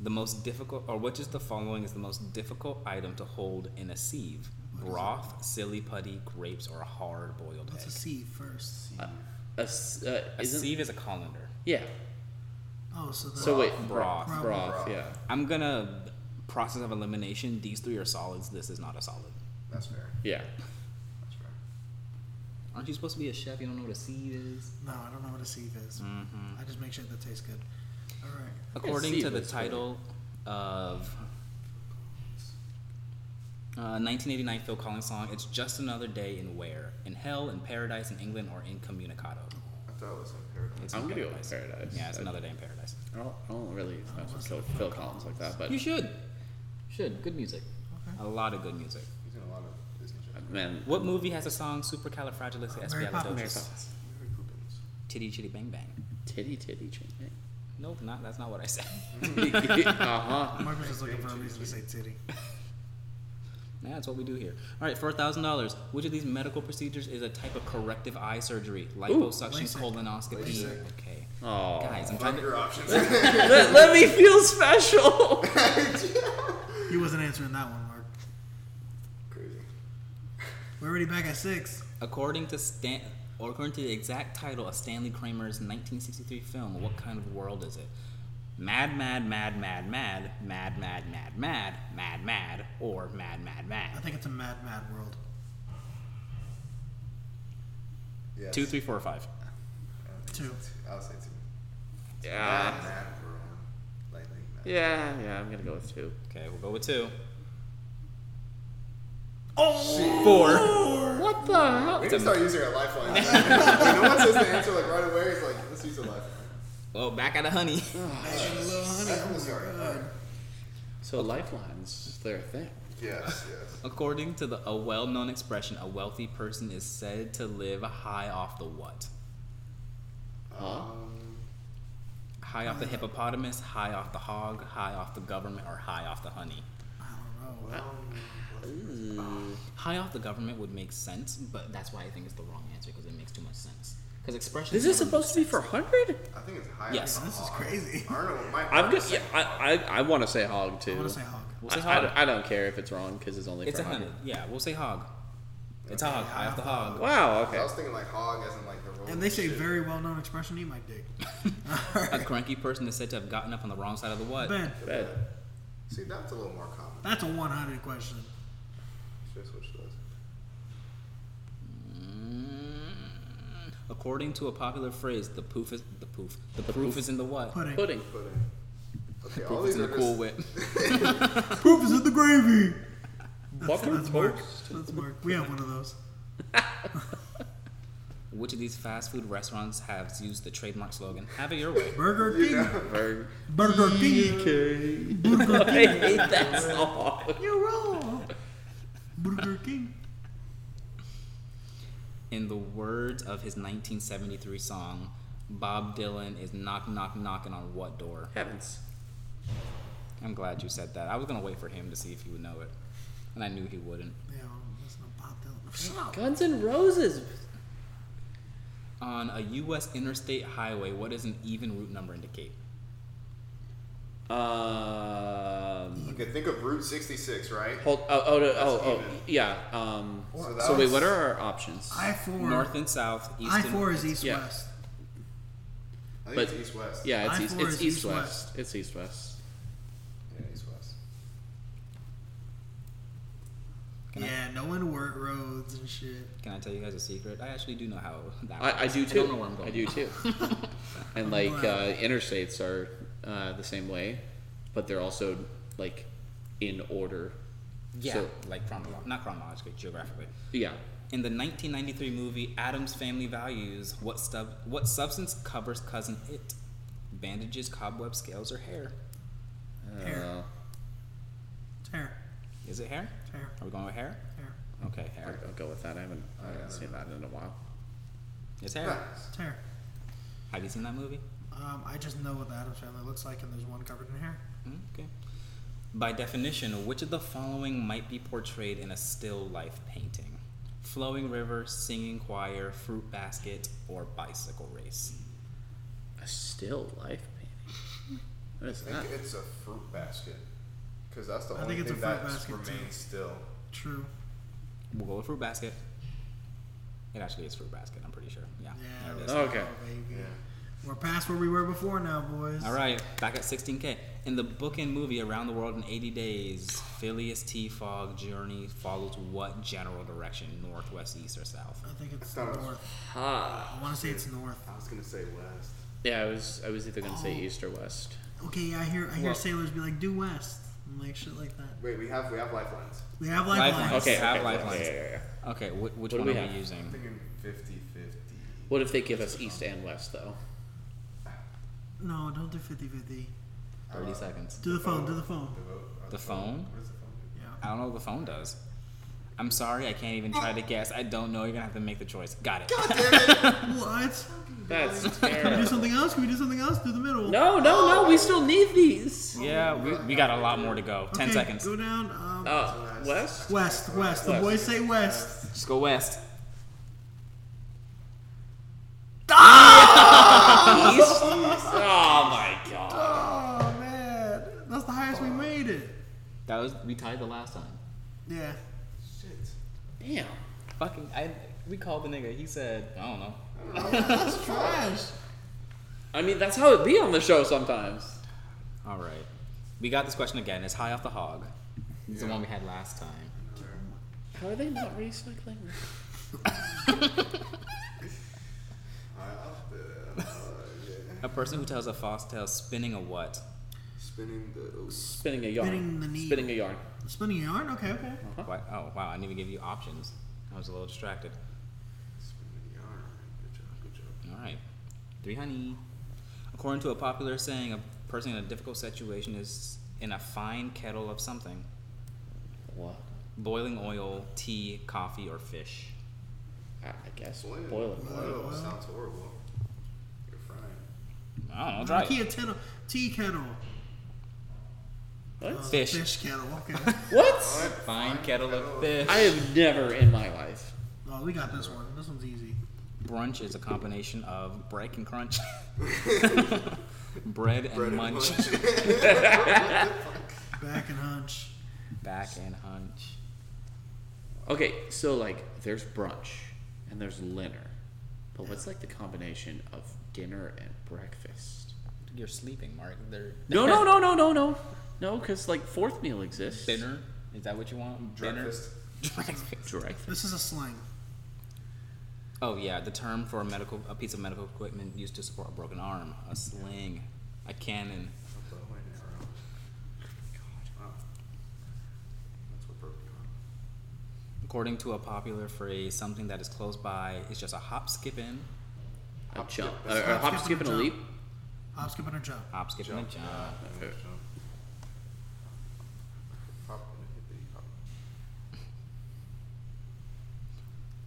S1: the most difficult, or which is the following is the most difficult item to hold in a sieve? Broth, silly putty, grapes, or a hard boiled egg?
S4: Let's see first.
S2: A, s- uh,
S1: A
S2: isn't-
S1: sieve is a colander.
S2: Yeah.
S4: Oh, so the
S2: So wait,
S1: Broth.
S4: Broth.
S2: broth. Yeah.
S1: I'm gonna process of elimination. These three are solids. This is not a solid.
S3: That's fair.
S2: Yeah.
S3: That's fair.
S1: Aren't you supposed to be a chef? You don't know what a sieve is.
S4: No, I don't know what a sieve is. I just make sure that tastes good. All right.
S1: According
S2: sieve
S1: to the
S2: is good.
S1: title of uh, 1989 Phil Collins song, it's just another day in where? In hell, in paradise, in England, or incommunicado?
S3: I thought it was in paradise.
S1: It's
S2: I'm
S1: in
S2: gonna go with Paradise.
S1: Yeah, it's
S2: I-
S1: another day in paradise.
S2: I don't, I don't really know some Phil, Phil Collins like that, but
S1: You should. Should. Good music.
S4: Okay.
S1: A lot of good music.
S3: He's in a lot of Disney shows.
S2: man,
S1: What movie has a song Supercalifragilisticexpialidocious?
S4: Mary Poppins.
S2: Mary Poppins.
S3: Mary Poppins.
S1: Titty Chitty Bang Bang.
S2: titty titty ching. [laughs]
S1: Nope, not that's not what I said.
S2: uh huh.
S4: Mark was just looking for a reason to say titty.
S1: that's what we do here. All right, four thousand dollars. Which of these medical procedures is a type of corrective eye surgery? Liposuction,
S4: LASIK.
S1: colonoscopy.
S4: LASIK.
S1: Okay,
S2: Oh,
S1: guys, I'm trying
S3: Fuck
S1: to.
S3: your
S2: [laughs]
S3: options.
S2: let, let me feel special.
S4: He wasn't answering that one, Mark.
S3: Crazy.
S4: We're already back at six.
S1: According to Stan, or according to the exact title of Stanley Kramer's 1963 film, what kind of world is it? Mad, mad, mad, mad, mad, mad, mad, mad, mad, mad, mad, or mad, mad,
S4: I
S1: mad.
S4: think it's a mad, mad world.
S3: Yes.
S1: Two, three, four, five.
S3: um, I don't think
S4: Two.
S3: it's- I'll say two.
S2: Yeah.
S3: Mad World. Lightning Mad.
S2: Uh, Yeah, yeah, I'm gonna go with two.
S1: Okay, we'll go with two.
S4: Oh,
S1: Four.
S2: What the hell?
S3: We need to start using our lifeline. When no one says the answer like right away. It's like let's use a lifeline.
S1: Well, back out of honey.
S4: little honey.
S3: That was alright.
S2: So lifelines, they're a thing.
S3: Yes, yes.
S1: According to the, a well known expression, a wealthy person is said to live high off the what?
S2: Huh?
S1: High off the hippopotamus, high off the hog, high off the government, or high off the honey.
S4: I don't know.
S1: High off the government would make sense, but that's why I think it's the wrong answer because it makes too much sense. Because expression.
S2: Is this supposed to be for hundred?
S3: I think it's high.
S1: Yes.
S4: This
S3: [laughs]
S4: is crazy.
S3: I don't know what my.
S2: I'm just. Yeah, I I, I want to say hog too.
S4: I want to say hog.
S1: We'll
S2: I,
S1: say
S2: I
S1: hog.
S2: don't- I don't care if it's wrong because it's only
S1: it's
S2: for
S1: a honey.
S2: hundred.
S1: Yeah, we'll say hog. It's hog. High off the hog.
S2: Wow.
S3: I
S2: Okay.
S3: was thinking like hog as in like the roll.
S4: And they say
S3: shit.
S4: very well known expression, eat my dick.
S1: A cranky person is said to have gotten up on the wrong side of the what?
S4: Ben,
S2: Bad.
S3: See, that's a little more common.
S4: that's a 100 question.
S3: Should switch those.
S1: Mm. According to a popular phrase, the poof is the poof. The, proof is in the what?
S4: Pudding.
S2: Pudding.
S3: Put in. uh, Okay, all
S1: Proof is
S3: these
S1: in
S3: are
S1: the cool
S3: just,
S1: whip.
S4: Poop is in the gravy. That's,
S2: Butter
S4: that's Mark.
S2: toast.
S4: That's Mark. We have one of those.
S1: Which of these fast food restaurants have used the trademark slogan "Have it your way"?
S4: Burger King.
S3: You E know,
S2: Burger.
S4: Burger King.
S2: Okay.
S4: Burger
S2: I
S3: [laughs]
S4: King.
S2: hate that song.
S4: You're wrong. Burger King.
S1: In the words of his 1973 song, Bob Dylan is knock knock knocking on what door?
S2: [laughs] Heavens.
S1: I'm glad you said that. I was gonna wait for him to see if he would know it, and I knew he wouldn't.
S4: Yeah, that's not Bob Dylan. Shut up.
S2: Guns and Roses.
S1: On a U.S. interstate highway, what does an even route number indicate?
S2: Um.
S3: Okay, think of Route 66, right?
S2: Hold. Oh. Oh. Oh. oh, oh
S3: even.
S2: yeah. Um.
S3: So
S2: So,
S3: that
S2: wait.
S3: was-
S2: What are our options?
S4: I four.
S1: North and south, east
S4: I
S1: and
S4: four is east
S2: yeah.
S4: west.
S3: I think
S2: But-
S3: it's east west.
S2: yeah. It's
S4: I
S2: east.
S4: four
S2: It's
S4: is
S2: east
S4: east
S2: west. It's east west.
S3: Yeah, east west.
S1: Can I-
S4: yeah, no one work roads and shit.
S1: Can I tell you guys a secret? I actually do know how that.
S2: I, I
S1: works.
S2: do too.
S1: I don't know where I'm going.
S2: do [laughs] too. and like uh,
S4: glad.
S2: interstates are uh, the same way, but they're also like in order.
S1: Yeah,
S2: So-
S1: like chronologically, not chronologically, geographically.
S2: yeah.
S1: In the 1993 movie Adam's Family Values, what, stub- what substance covers cousin it? Bandages, cobwebs, scales, or hair?
S2: Uh,
S4: Hair. Tear.
S1: Is it hair?
S4: Tear.
S1: Are we going with hair?
S4: Tear.
S1: Okay,
S2: I'll
S1: hair.
S2: I'll go with that. I haven't, I haven't seen that in a while.
S1: It's hair.
S4: Tear.
S1: Have you seen that movie?
S4: Um, I just know what the Adams family looks like, and there's one covered in hair.
S1: Mm, Okay. By definition, which of the following might be portrayed in a still life painting? Flowing river, singing choir, fruit basket, or bicycle race?
S2: A still life painting. What is
S3: I think
S2: that?
S3: it's a fruit basket. Because that's the
S4: I
S3: only
S4: think it's a
S3: thing
S4: fruit
S3: that
S4: basket,
S3: remains
S4: too.
S3: still.
S4: True.
S1: We'll go with fruit basket. It actually is fruit basket, I'm pretty sure. Yeah.
S4: Yeah.
S1: there it is.
S4: let's
S2: Okay.
S4: go, baby.
S3: Yeah.
S4: We're past where we were before now, boys.
S1: All right, back at 16K. In the book and movie Around the World in 80 Days, Phileas T. Fogg journey follows what general direction? North, west, east, or south?
S4: I think it's
S3: I thought it was-
S4: north.
S2: Ah.
S4: I want to say it's north.
S3: I was going to say west.
S2: Yeah, I was I was either gonna say east or west.
S4: Okay, yeah, I hear I hear
S1: Well-
S4: sailors be like, "Do west," and like shit like that.
S3: Wait, we have we have lifelines.
S4: We have lifelines.
S1: Lifelines.
S2: Okay.
S1: Have
S2: okay,
S1: lifelines.
S2: yeah, yeah, yeah, yeah.
S1: Okay, wh- which
S2: What do
S1: one
S2: we
S1: are
S2: have?
S1: we using?
S3: I'm thinking 50 50.
S2: What if they give us East and West though?
S4: No, don't do 50 50.
S1: 30 seconds.
S4: Do the phone, do the phone.
S1: The phone?
S4: Yeah.
S1: I don't know what the phone does. I'm sorry, I can't even try to guess. I don't know. You're gonna have to make the choice. Got it.
S4: What?
S2: That's
S4: Can we do
S2: terrible.
S4: something else? Can we do something else? Do the middle.
S2: No, no, no. We still need these.
S1: Yeah, we, we got a lot more to go. Ten
S4: Okay,
S1: seconds.
S4: Go down. Um,
S2: Uh, West.
S4: west, west. The
S2: West.
S4: boys say west.
S1: Just go west.
S2: East. Oh my god.
S4: Oh, man. That's the highest we made it.
S1: That was we tied the last time.
S4: Yeah.
S2: Damn.
S1: Fucking I we called the nigga. He said I don't know.
S4: That's trash.
S2: I mean, that's how it be on the show sometimes.
S1: All right, we got this question again. It's high off the hog. It's the one we had last time.
S2: How are they not recycling?
S3: uh, [laughs]
S1: A person who tells a false tale spinning a what?
S3: Spinning the.
S2: Spinning a yarn.
S4: Spinning the needle.
S2: Spinning a yarn.
S4: Spinning your yarn? Okay, okay.
S1: What? Oh wow, I didn't even give you options. I was a little distracted. All right, three honey. According to a popular saying, a person in a difficult situation is in a fine kettle of something:
S2: What?
S1: boiling oil, tea, coffee, or fish.
S2: I, I guess boiling water.
S4: Oil.
S3: sounds horrible. You're frying.
S1: I don't know. Try it.
S4: Tea, kettle, tea kettle. Uh,
S2: What?
S1: fish.
S4: Fish kettle. Okay. [laughs]
S2: What?
S1: Fine kettle of fish.
S2: I have never in my life.
S4: oh, we got this one. This one's easy.
S1: Brunch is a combination of break and crunch, bread and munch,
S4: Back and hunch.
S1: back and hunch.
S2: Okay, so like there's brunch and there's dinner, but what's like the combination of dinner and breakfast?
S1: You're sleeping, Mark. They're
S2: No, no, no, no, no, no, no, because like fourth meal
S1: [laughs]
S2: exists.
S1: Dinner? Is that what you want?
S3: Breakfast.
S1: [laughs] Dinner. [laughs] Breakfast.
S2: Breakfast.
S4: This is a slang.
S1: Oh yeah, the term for a medical a piece of medical equipment used to support a broken arm, a sling, a cannon.
S3: Oh.
S1: According to a popular phrase, something that is close by is just a hop, skip in,
S2: A jump. A, a hop, skip, and a leap.
S4: Hop, skip, and a jump.
S1: hop, skip, and a jump.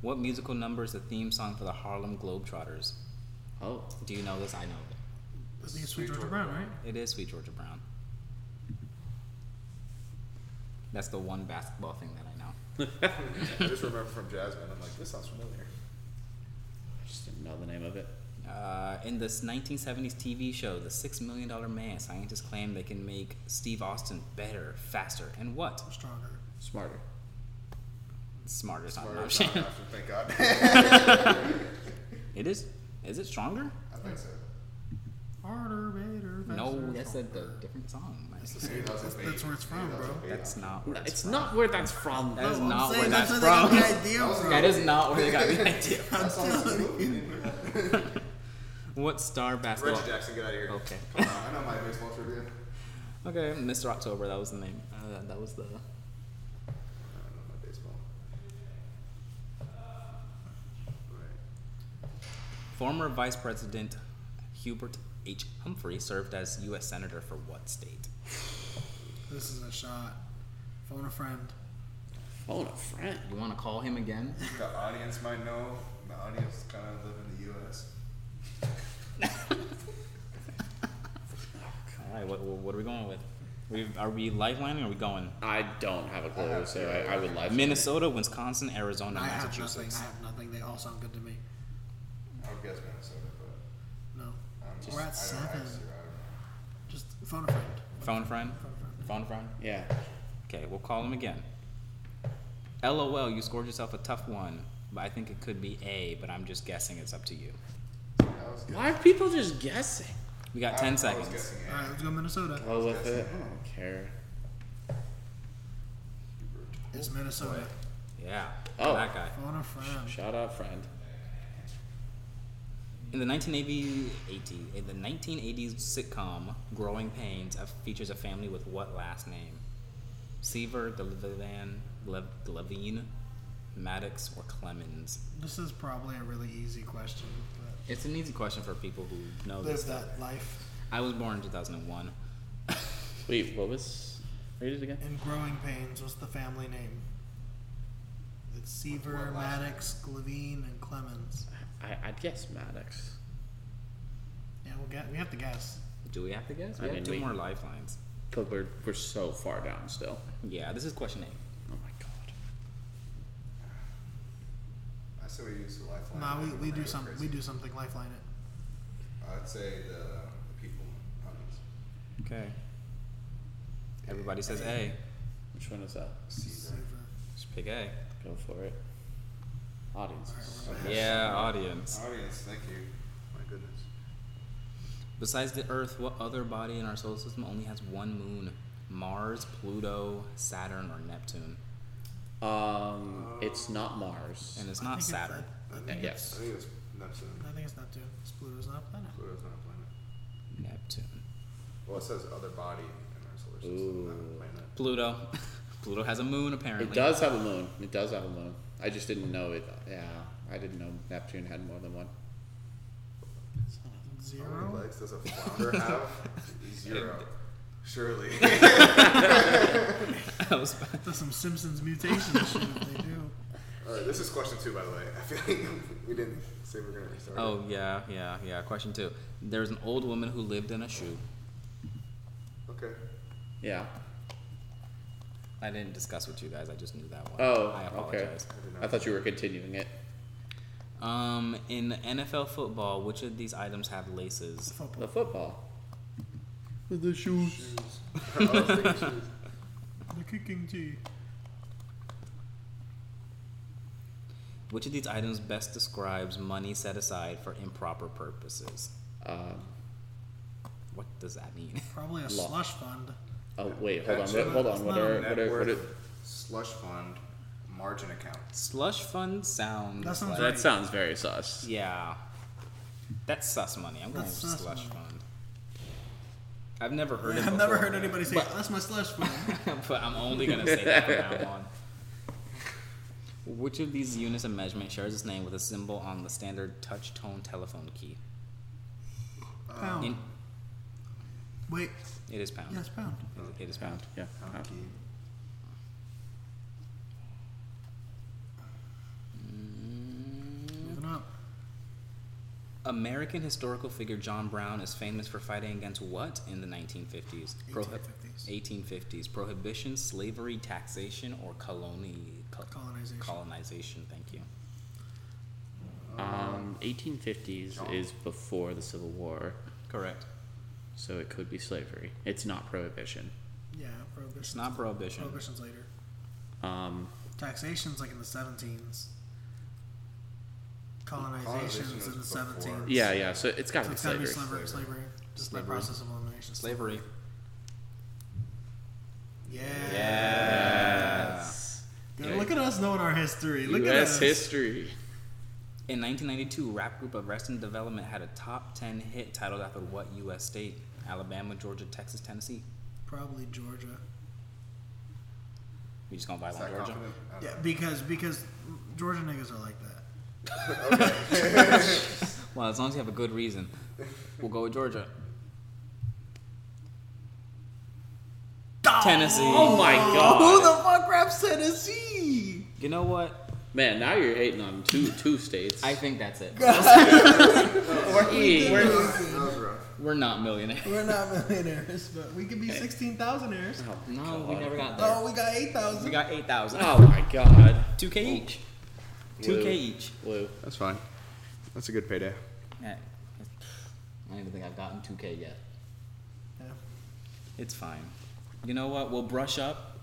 S1: What musical number is the theme song for the Harlem Globetrotters?
S2: Oh,
S1: Do you know this? I know it.
S4: I think it's Sweet Georgia Brown, right?
S1: It is Sweet Georgia Brown. That's the one basketball thing that I know.
S3: [laughs] I just remember from Jasmine. I'm like, this sounds familiar.
S2: I just didn't know the name of it.
S1: Uh, in this 1970s TV show, The Six Million Dollar Man, scientists claim they can make Steve Austin better, faster, and what?
S4: Stronger.
S2: Smarter.
S1: Smarter is not an
S3: Or
S1: option.
S3: not an option, Thank
S1: [laughs]
S3: God.
S1: It is. Is it stronger?
S3: I think so.
S4: Harder, better, faster.
S1: No, that's a di- different song. man.
S3: Maybe that was
S4: That's,
S3: a
S4: that's where it's from, bro.
S1: That's not where it's
S2: It's not where that's from.
S1: That is
S2: though.
S1: not where
S4: Saying
S1: that's
S4: that's where they got
S1: from.
S4: the [laughs] idea from.
S1: That is not where they
S4: [laughs]
S1: got the idea.
S4: I'm telling you. [laughs]
S1: What star
S3: Reggie
S1: basketball?
S3: Jackson, get out of here.
S1: Okay.
S3: Come on, I know my baseball trivia. Uh,
S1: Okay, Mr. October. That was the name. Uh, that was the.
S3: I don't know my baseball. Right.
S1: Former Vice President Hubert H. Humphrey served as U.S. Senator for what state?
S4: This is a shot. Phone a friend.
S2: Phone a friend.
S1: You want to call him again?
S3: The audience might know. The audience kind of live in the U.S.
S1: All right, what, what are we going with? We are we lifelining? Or are we going
S2: I don't have a clue, so I, I would like.
S1: Minnesota, Wisconsin, Arizona,
S4: I have nothing.
S1: Massachusetts?
S4: I have nothing. They all sound good to me.
S3: I would guess Minnesota, but
S4: No.
S3: I'm just,
S4: We're at
S3: I don't, I
S4: seven.
S3: just- I don't know.
S4: Just phone a friend.
S1: Phone friend,
S4: Phone a friend.
S1: phone friend.
S2: Yeah.
S1: Okay, we'll call him again. LOL, you scored yourself a tough one, but I think it could be A, but I'm just guessing. It's up to you.
S3: That was good.
S2: Why are people just guessing?
S1: We got ten
S3: I, I was
S1: seconds.
S3: guessing
S4: All right,
S3: at
S4: let's go Minnesota.
S2: Oh, with it. I don't care.
S3: Hubert.
S4: It's Minnesota.
S1: Yeah.
S2: Oh.
S1: That guy.
S4: Phone a friend.
S2: Shout out, friend.
S1: In the 1980, 80 in the 1980s sitcom Growing Pains, uh, features a family with what last name? Seaver, Delevan, Lev- Levine, Maddox or Clemens?
S4: This is probably a really easy question, but
S1: It's an easy question for people who know Oh, this
S4: live
S1: stuff.
S4: that life.
S1: I was born in 2001.
S2: Wait, what was? Read it again.
S4: And Growing Pains was the family name. It's Seaver, Maddox, Levine, and Clemens.
S2: I, I'd guess Maddox.
S4: Yeah, we'll get, we have to guess.
S1: Do we have to guess?
S2: I
S1: We have
S2: mean,
S1: two
S2: we-
S1: more lifelines.
S2: But we're, we're so far down still.
S1: Yeah, this is question eight.
S2: Oh my god.
S3: I say we use the lifeline.
S4: Nah, we, we do some we do something lifeline it.
S3: I'd say the, the people.
S1: Okay. Everybody says A.
S2: Which one is that?
S4: Seaver.
S1: Just pick A.
S2: Go for it. Audience.
S1: Yeah, uh, audience.
S3: Audience, thank you. My goodness.
S1: Besides the Earth, what other body in our solar system only has one moon? Mars, Pluto, Saturn, or Neptune?
S2: Um, it's not Mars.
S1: And it's
S4: I
S1: not
S4: think Uh, it's
S1: Saturn.
S4: that- I
S2: Uh,
S4: think
S2: yes.
S3: I think it's Neptune.
S4: I think it's not too. It's Pluto's not a planet.
S3: Pluto's not a planet.
S1: Neptune.
S3: Well, it says other body in our solar system,
S2: Ooh.
S3: not a planet.
S1: Pluto. [laughs] Pluto has a moon, apparently. [laughs]
S2: It does have a moon. It does have a moon. I just didn't know it. Yeah, I didn't know Neptune had more than one.
S3: How many
S4: Zero.
S3: legs does a flounder
S4: [laughs]
S3: have? Zero. Surely.
S1: I was about-
S4: That's some Simpsons mutation shit if they do.
S3: [laughs] All right, this is question two, by the way. I feel like [laughs] we didn't say we are gonna start.
S1: Oh yeah, yeah, yeah. Question two. There's an old woman who lived in a shoe.
S3: Okay.
S2: Yeah.
S1: I didn't discuss with you guys. I just knew that one.
S2: Oh,
S1: I
S2: okay.
S1: apologize.
S2: I thought you were continuing it.
S1: Um, in NFL football, which of these items have laces?
S4: Football.
S2: The football. [laughs] The shoes.
S3: [laughs] I was thinking
S1: [laughs]
S3: shoes.
S4: The kicking tee.
S1: Which of these items best describes money set aside for improper purposes?
S2: Um,
S1: What does that mean? [laughs]
S4: Probably a
S2: Law.
S4: slush fund.
S2: oh wait, hold on,
S3: Actually,
S2: what, hold
S4: it's
S2: on. What
S4: not
S2: are,
S3: Net
S2: what are, what
S3: worth,
S2: are,
S3: slush fund, margin account.
S1: Slush fund sounds.
S4: That sounds
S1: like,
S4: right.
S2: that sounds very sus.
S1: Yeah, that's sus money. I'm going with
S4: That's sus
S1: slush
S4: money.
S1: fund. I've never heard it.
S4: [laughs] I've never
S1: before. [laughs]
S4: heard anybody say that's my slush fund.
S1: but I'm only gonna say that from
S4: [laughs]
S1: now on. Which of these units of measurement shares its name with a symbol on the standard touch tone telephone key? [laughs]
S4: pound.
S1: In,
S4: Wait.
S1: it is pound.
S4: Yes, pound.
S1: It is pound.
S2: Yeah.
S3: Pound key.
S4: Moving up.
S1: American historical figure John Brown is famous for fighting against what in the 1950s? Prohib-
S4: 1850s.
S1: 1850s. Prohibition, slavery, taxation, or colony, col-
S4: Colonization.
S1: Colonization, thank you.
S2: Um, 1850s is before the Civil War,
S1: Correct.
S2: so it could be slavery. It's not prohibition.
S4: Yeah, prohibition.
S1: It's not prohibition.
S4: Prohibition's later.
S2: Um,
S4: Taxation's like in the seventeens.
S3: Colonization
S4: Colonization's
S3: was
S4: in the
S3: before.
S4: seventeens.
S2: yeah, yeah. So it's got to
S4: So
S2: be
S4: it's gotta be
S2: slavery.
S4: slavery, slavery. Just by process of elimination.
S1: Slavery.
S4: Yeah.
S1: Yes.
S4: Dude, Look at us knowing our history. Look at us.
S2: U.S. history.
S1: In 1992, rap group Arrested Development had a top 10 hit titled after what U.S. state? Alabama, Georgia, Texas, Tennessee.
S4: Probably Georgia.
S1: We just gonna vibe
S3: Is
S1: on
S3: that
S1: Georgia.
S3: confident? I
S4: Yeah, because because Georgia niggas are like that.
S1: Well, as long as you have a good reason, we'll go with Georgia. Tennessee.
S2: Oh my
S4: Who
S2: God,
S4: the fuck raps Tennessee?
S1: You know what?
S2: man! Now you're hating on two two states.
S1: I think that's it.
S2: Jeez.
S3: don't know. Oh, That was rough.
S1: We're not millionaires.
S4: We're not millionaires, but we could be sixteen thousandaires.
S2: Oh my
S1: No, we
S2: God.
S1: never got there.
S4: Oh, we got eight
S1: We
S4: thousand.
S1: got 8,000.
S2: Oh my god.
S1: 2K each. 2K each.
S2: Woo.
S3: That's fine. That's a good payday.
S1: Yeah. I don't even think I've gotten 2K yet.
S4: Yeah.
S1: It's fine. You know what? We'll brush up,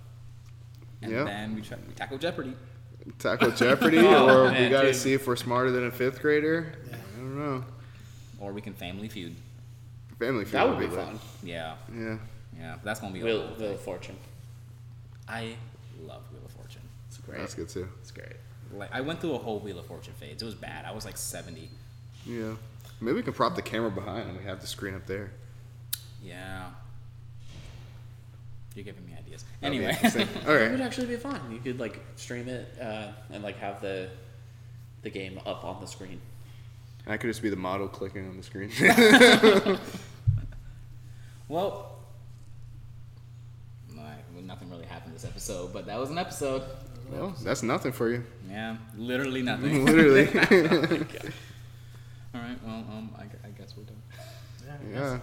S1: and
S3: Yeah.
S1: then we, try, we tackle Jeopardy.
S3: [laughs] Tackle Jeopardy,
S2: Oh,
S3: or we
S2: man,
S3: gotta
S2: dude.
S3: see if we're smarter than a fifth grader. I don't know.
S1: Or we can Family Feud.
S3: Family Feud
S2: That would be
S3: lit.
S2: fun.
S1: Yeah,
S3: Yeah.
S1: yeah. That's gonna be. a
S2: Wheel,
S1: whole
S2: Wheel
S1: thing.
S2: of Fortune.
S1: I love Wheel of Fortune.
S2: It's great.
S3: That's good too.
S2: It's great.
S1: Like I went through a whole Wheel of Fortune phase. It was bad. I was like seventy.
S3: Yeah. Maybe we can prop the camera behind and we have the screen up there.
S1: Yeah. You're giving me ideas.
S3: That'd be
S1: Anyway,
S2: [laughs]
S3: interesting. All
S2: It would
S3: right.
S2: actually be fun. You could like stream it uh, and like have the the game up on the screen.
S3: I could just be the model clicking on the
S2: [laughs]
S3: screen.
S1: [laughs] well, my, well, nothing really happened this episode, but that was an episode.
S3: well, that's nothing for you. [laughs]
S1: Yeah, literally nothing.
S2: [laughs]
S3: Literally.
S1: [laughs] All right. Well, um, I, gu- I guess we're done.
S3: yeah.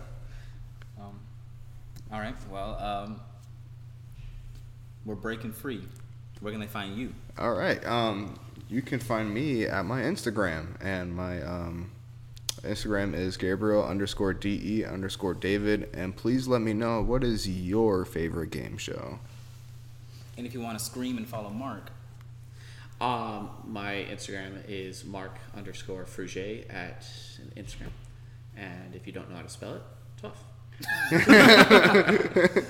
S1: Um, all right. Well, um, we're breaking free. Where can they find you?
S3: All right. Um, you can find me at my Instagram, and my um, Instagram is Gabriel underscore de underscore David. And please let me know what is your favorite game
S2: [laughs]
S3: show.
S1: And if you want to scream and follow Mark,
S2: Um, my Instagram is mark underscore frugier at Instagram, and if you don't know how to spell it, tough.
S1: [laughs] and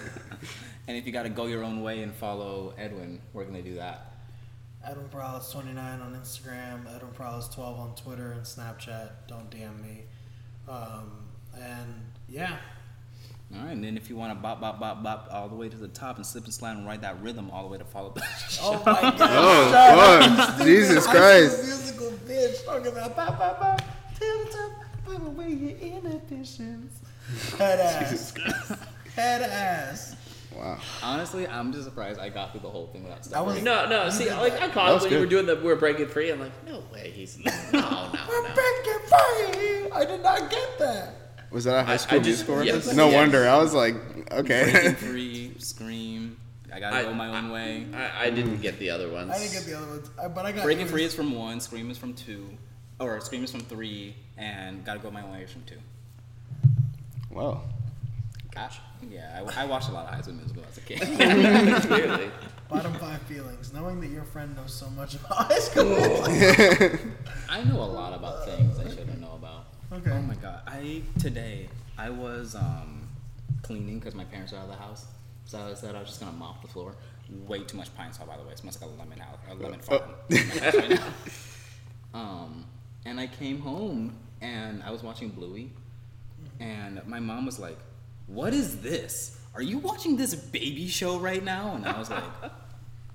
S1: if you got to go your own way and follow Edwin, where can they do that?
S4: Adam Prowlis 29 on Instagram, Adam Prowlis 12 on Twitter and Snapchat. Don't DM me. Um, and yeah,
S1: All right, and then if you want to bop, bop, bop, bop all the way to the top and slip and slide and ride that rhythm all the [laughs] way to follow.
S4: Oh my god.
S2: [laughs]
S3: Oh, fuck. Jesus Christ.
S4: Musical bitch talking about pop, pop, pop, tell the top, pop away your inhibitions. Head ass. Head ass.
S3: Wow.
S1: Honestly, I'm just surprised I got through the whole thing without
S4: I was-
S1: stuttering.
S2: No, no. See, like I
S3: That
S2: caught it
S3: was
S2: when you were
S3: good.
S2: doing the we're breaking free. I'm like, no way, he's [laughs] no, no, Oh, no.
S4: Freaking fire! I did not get that.
S3: Was that a
S2: I-
S3: high school
S2: I just-
S3: musical
S2: yes,
S3: reference? No
S2: yes.
S3: wonder. I was like, okay.
S2: [laughs]
S1: Breaking free, scream. I gotta
S2: I-
S1: go my own way.
S2: I, I didn't get the other ones.
S4: I didn't get the other ones, I- but I got
S1: Breaking
S4: yours.
S1: free is from one, scream is from two, or scream is from three, and gotta go my own way is from two.
S2: [laughs]
S3: wow.
S1: Gosh, yeah, I, I watched a lot of High School Musical as a kid.
S2: Clearly.
S4: Bottom five feelings: knowing that your friend knows so much about high school.
S3: Oh.
S4: music.
S1: I know a lot about things I shouldn't know about.
S4: Okay.
S1: Oh my god. I today I was um cleaning because my parents are out of the house, so I said I was just gonna mop the floor. Way too much pine saw, by the way. It smells like a lemon house, a lemon farm. in my house [laughs] right now. Um, and I came home and I was watching Bluey, and my mom was like, "What is this? Are you watching this baby show right now?" And I was
S2: [laughs]
S1: like,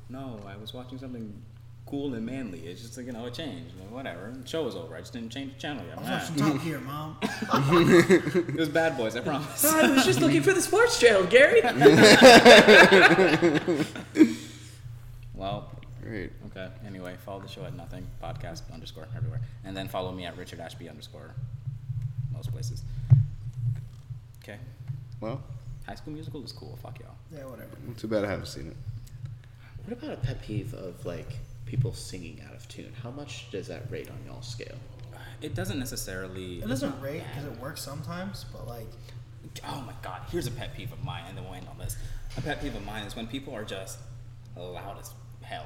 S1: "No, I was watching something." Cool and manly. It's just like you know, it changed. Like, whatever. The show was over. I just didn't change the channel yet.
S4: [laughs] I'm watching Top Gear, mom.
S1: It was Bad Boys. I promise.
S2: I
S1: [laughs]
S2: was just looking for the sports channel, Gary. [laughs]
S1: Well,
S3: Great.
S1: okay. Anyway, follow the show at nothing podcast underscore everywhere, and then follow me at Richard Ashby underscore most places. Okay,
S3: Well,
S1: High School Musical is cool. Fuck y'all.
S4: Yeah, whatever.
S3: too bad I haven't seen it.
S2: [laughs] What about a pet peeve of like people singing out of tune? How much does that rate on y'all's scale?
S1: It doesn't necessarily.
S4: It doesn't rate because it works sometimes, but like,
S1: Oh my god! Here's a pet peeve of mine, and then we'll end on this. A pet peeve of mine is when people are just loud as hell,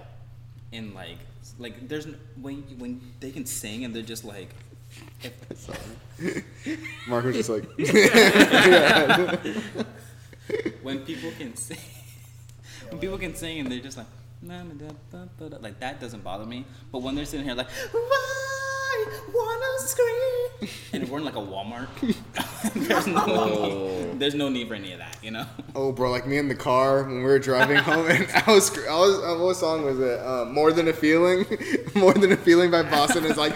S1: and like, like there's n- when when they can sing and they're just like,
S3: Mark was just like,
S1: when people can sing, [laughs] when people can sing and they're just like, "Na, na, da, da, da, da," like that doesn't bother me. But when they're sitting here like, why wanna scream? [laughs] And if we're in like a Walmart, [laughs] there's no
S2: Oh.
S1: there's no need for any of that, you know.
S3: oh, bro, like me in the car when we were driving home, and I was, I was, uh, what song was it? Uh, More Than a Feeling? [laughs] More Than a Feeling by Boston is like,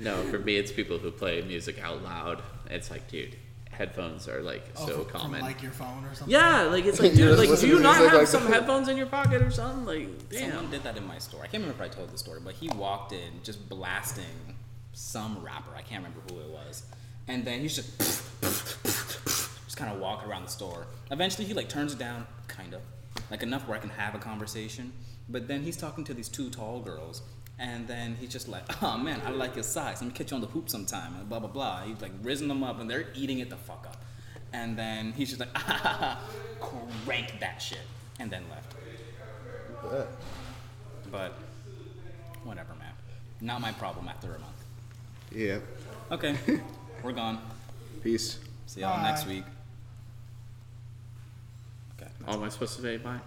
S2: No, for me, it's people who play music out loud. It's like, dude, headphones are like
S4: oh,
S2: so
S4: from- from,
S2: common.
S4: like your phone or something.
S2: yeah, like
S3: [laughs]
S2: it's like,
S3: You're
S2: dude,
S3: just
S2: like, do
S3: listening
S2: you
S3: to
S2: not
S3: music
S2: have
S3: like- [laughs]
S2: some headphones in your pocket or something? Like,
S1: Someone
S2: damn.
S1: did that in my store. I can't remember if I told the story, but he walked in just blasting some rapper. I can't remember who it was. And then he's just just kind of walking around the store. Eventually, he like turns it down, kind of, like enough where I can have a conversation. But then he's talking to these two tall girls, and then he's just like, "Oh man, I like your size. Let me catch you on the hoop sometime." And blah blah blah. He's like risen them up, and they're eating it the fuck up. And then he's just like, [laughs] "Crank that shit," and then left. But whatever, man. Not my problem after a month.
S3: yeah,
S1: Okay, we're gone.
S3: peace.
S1: See y'all next
S4: Bye.
S1: week. Okay.
S2: Oh, am I supposed to say bye?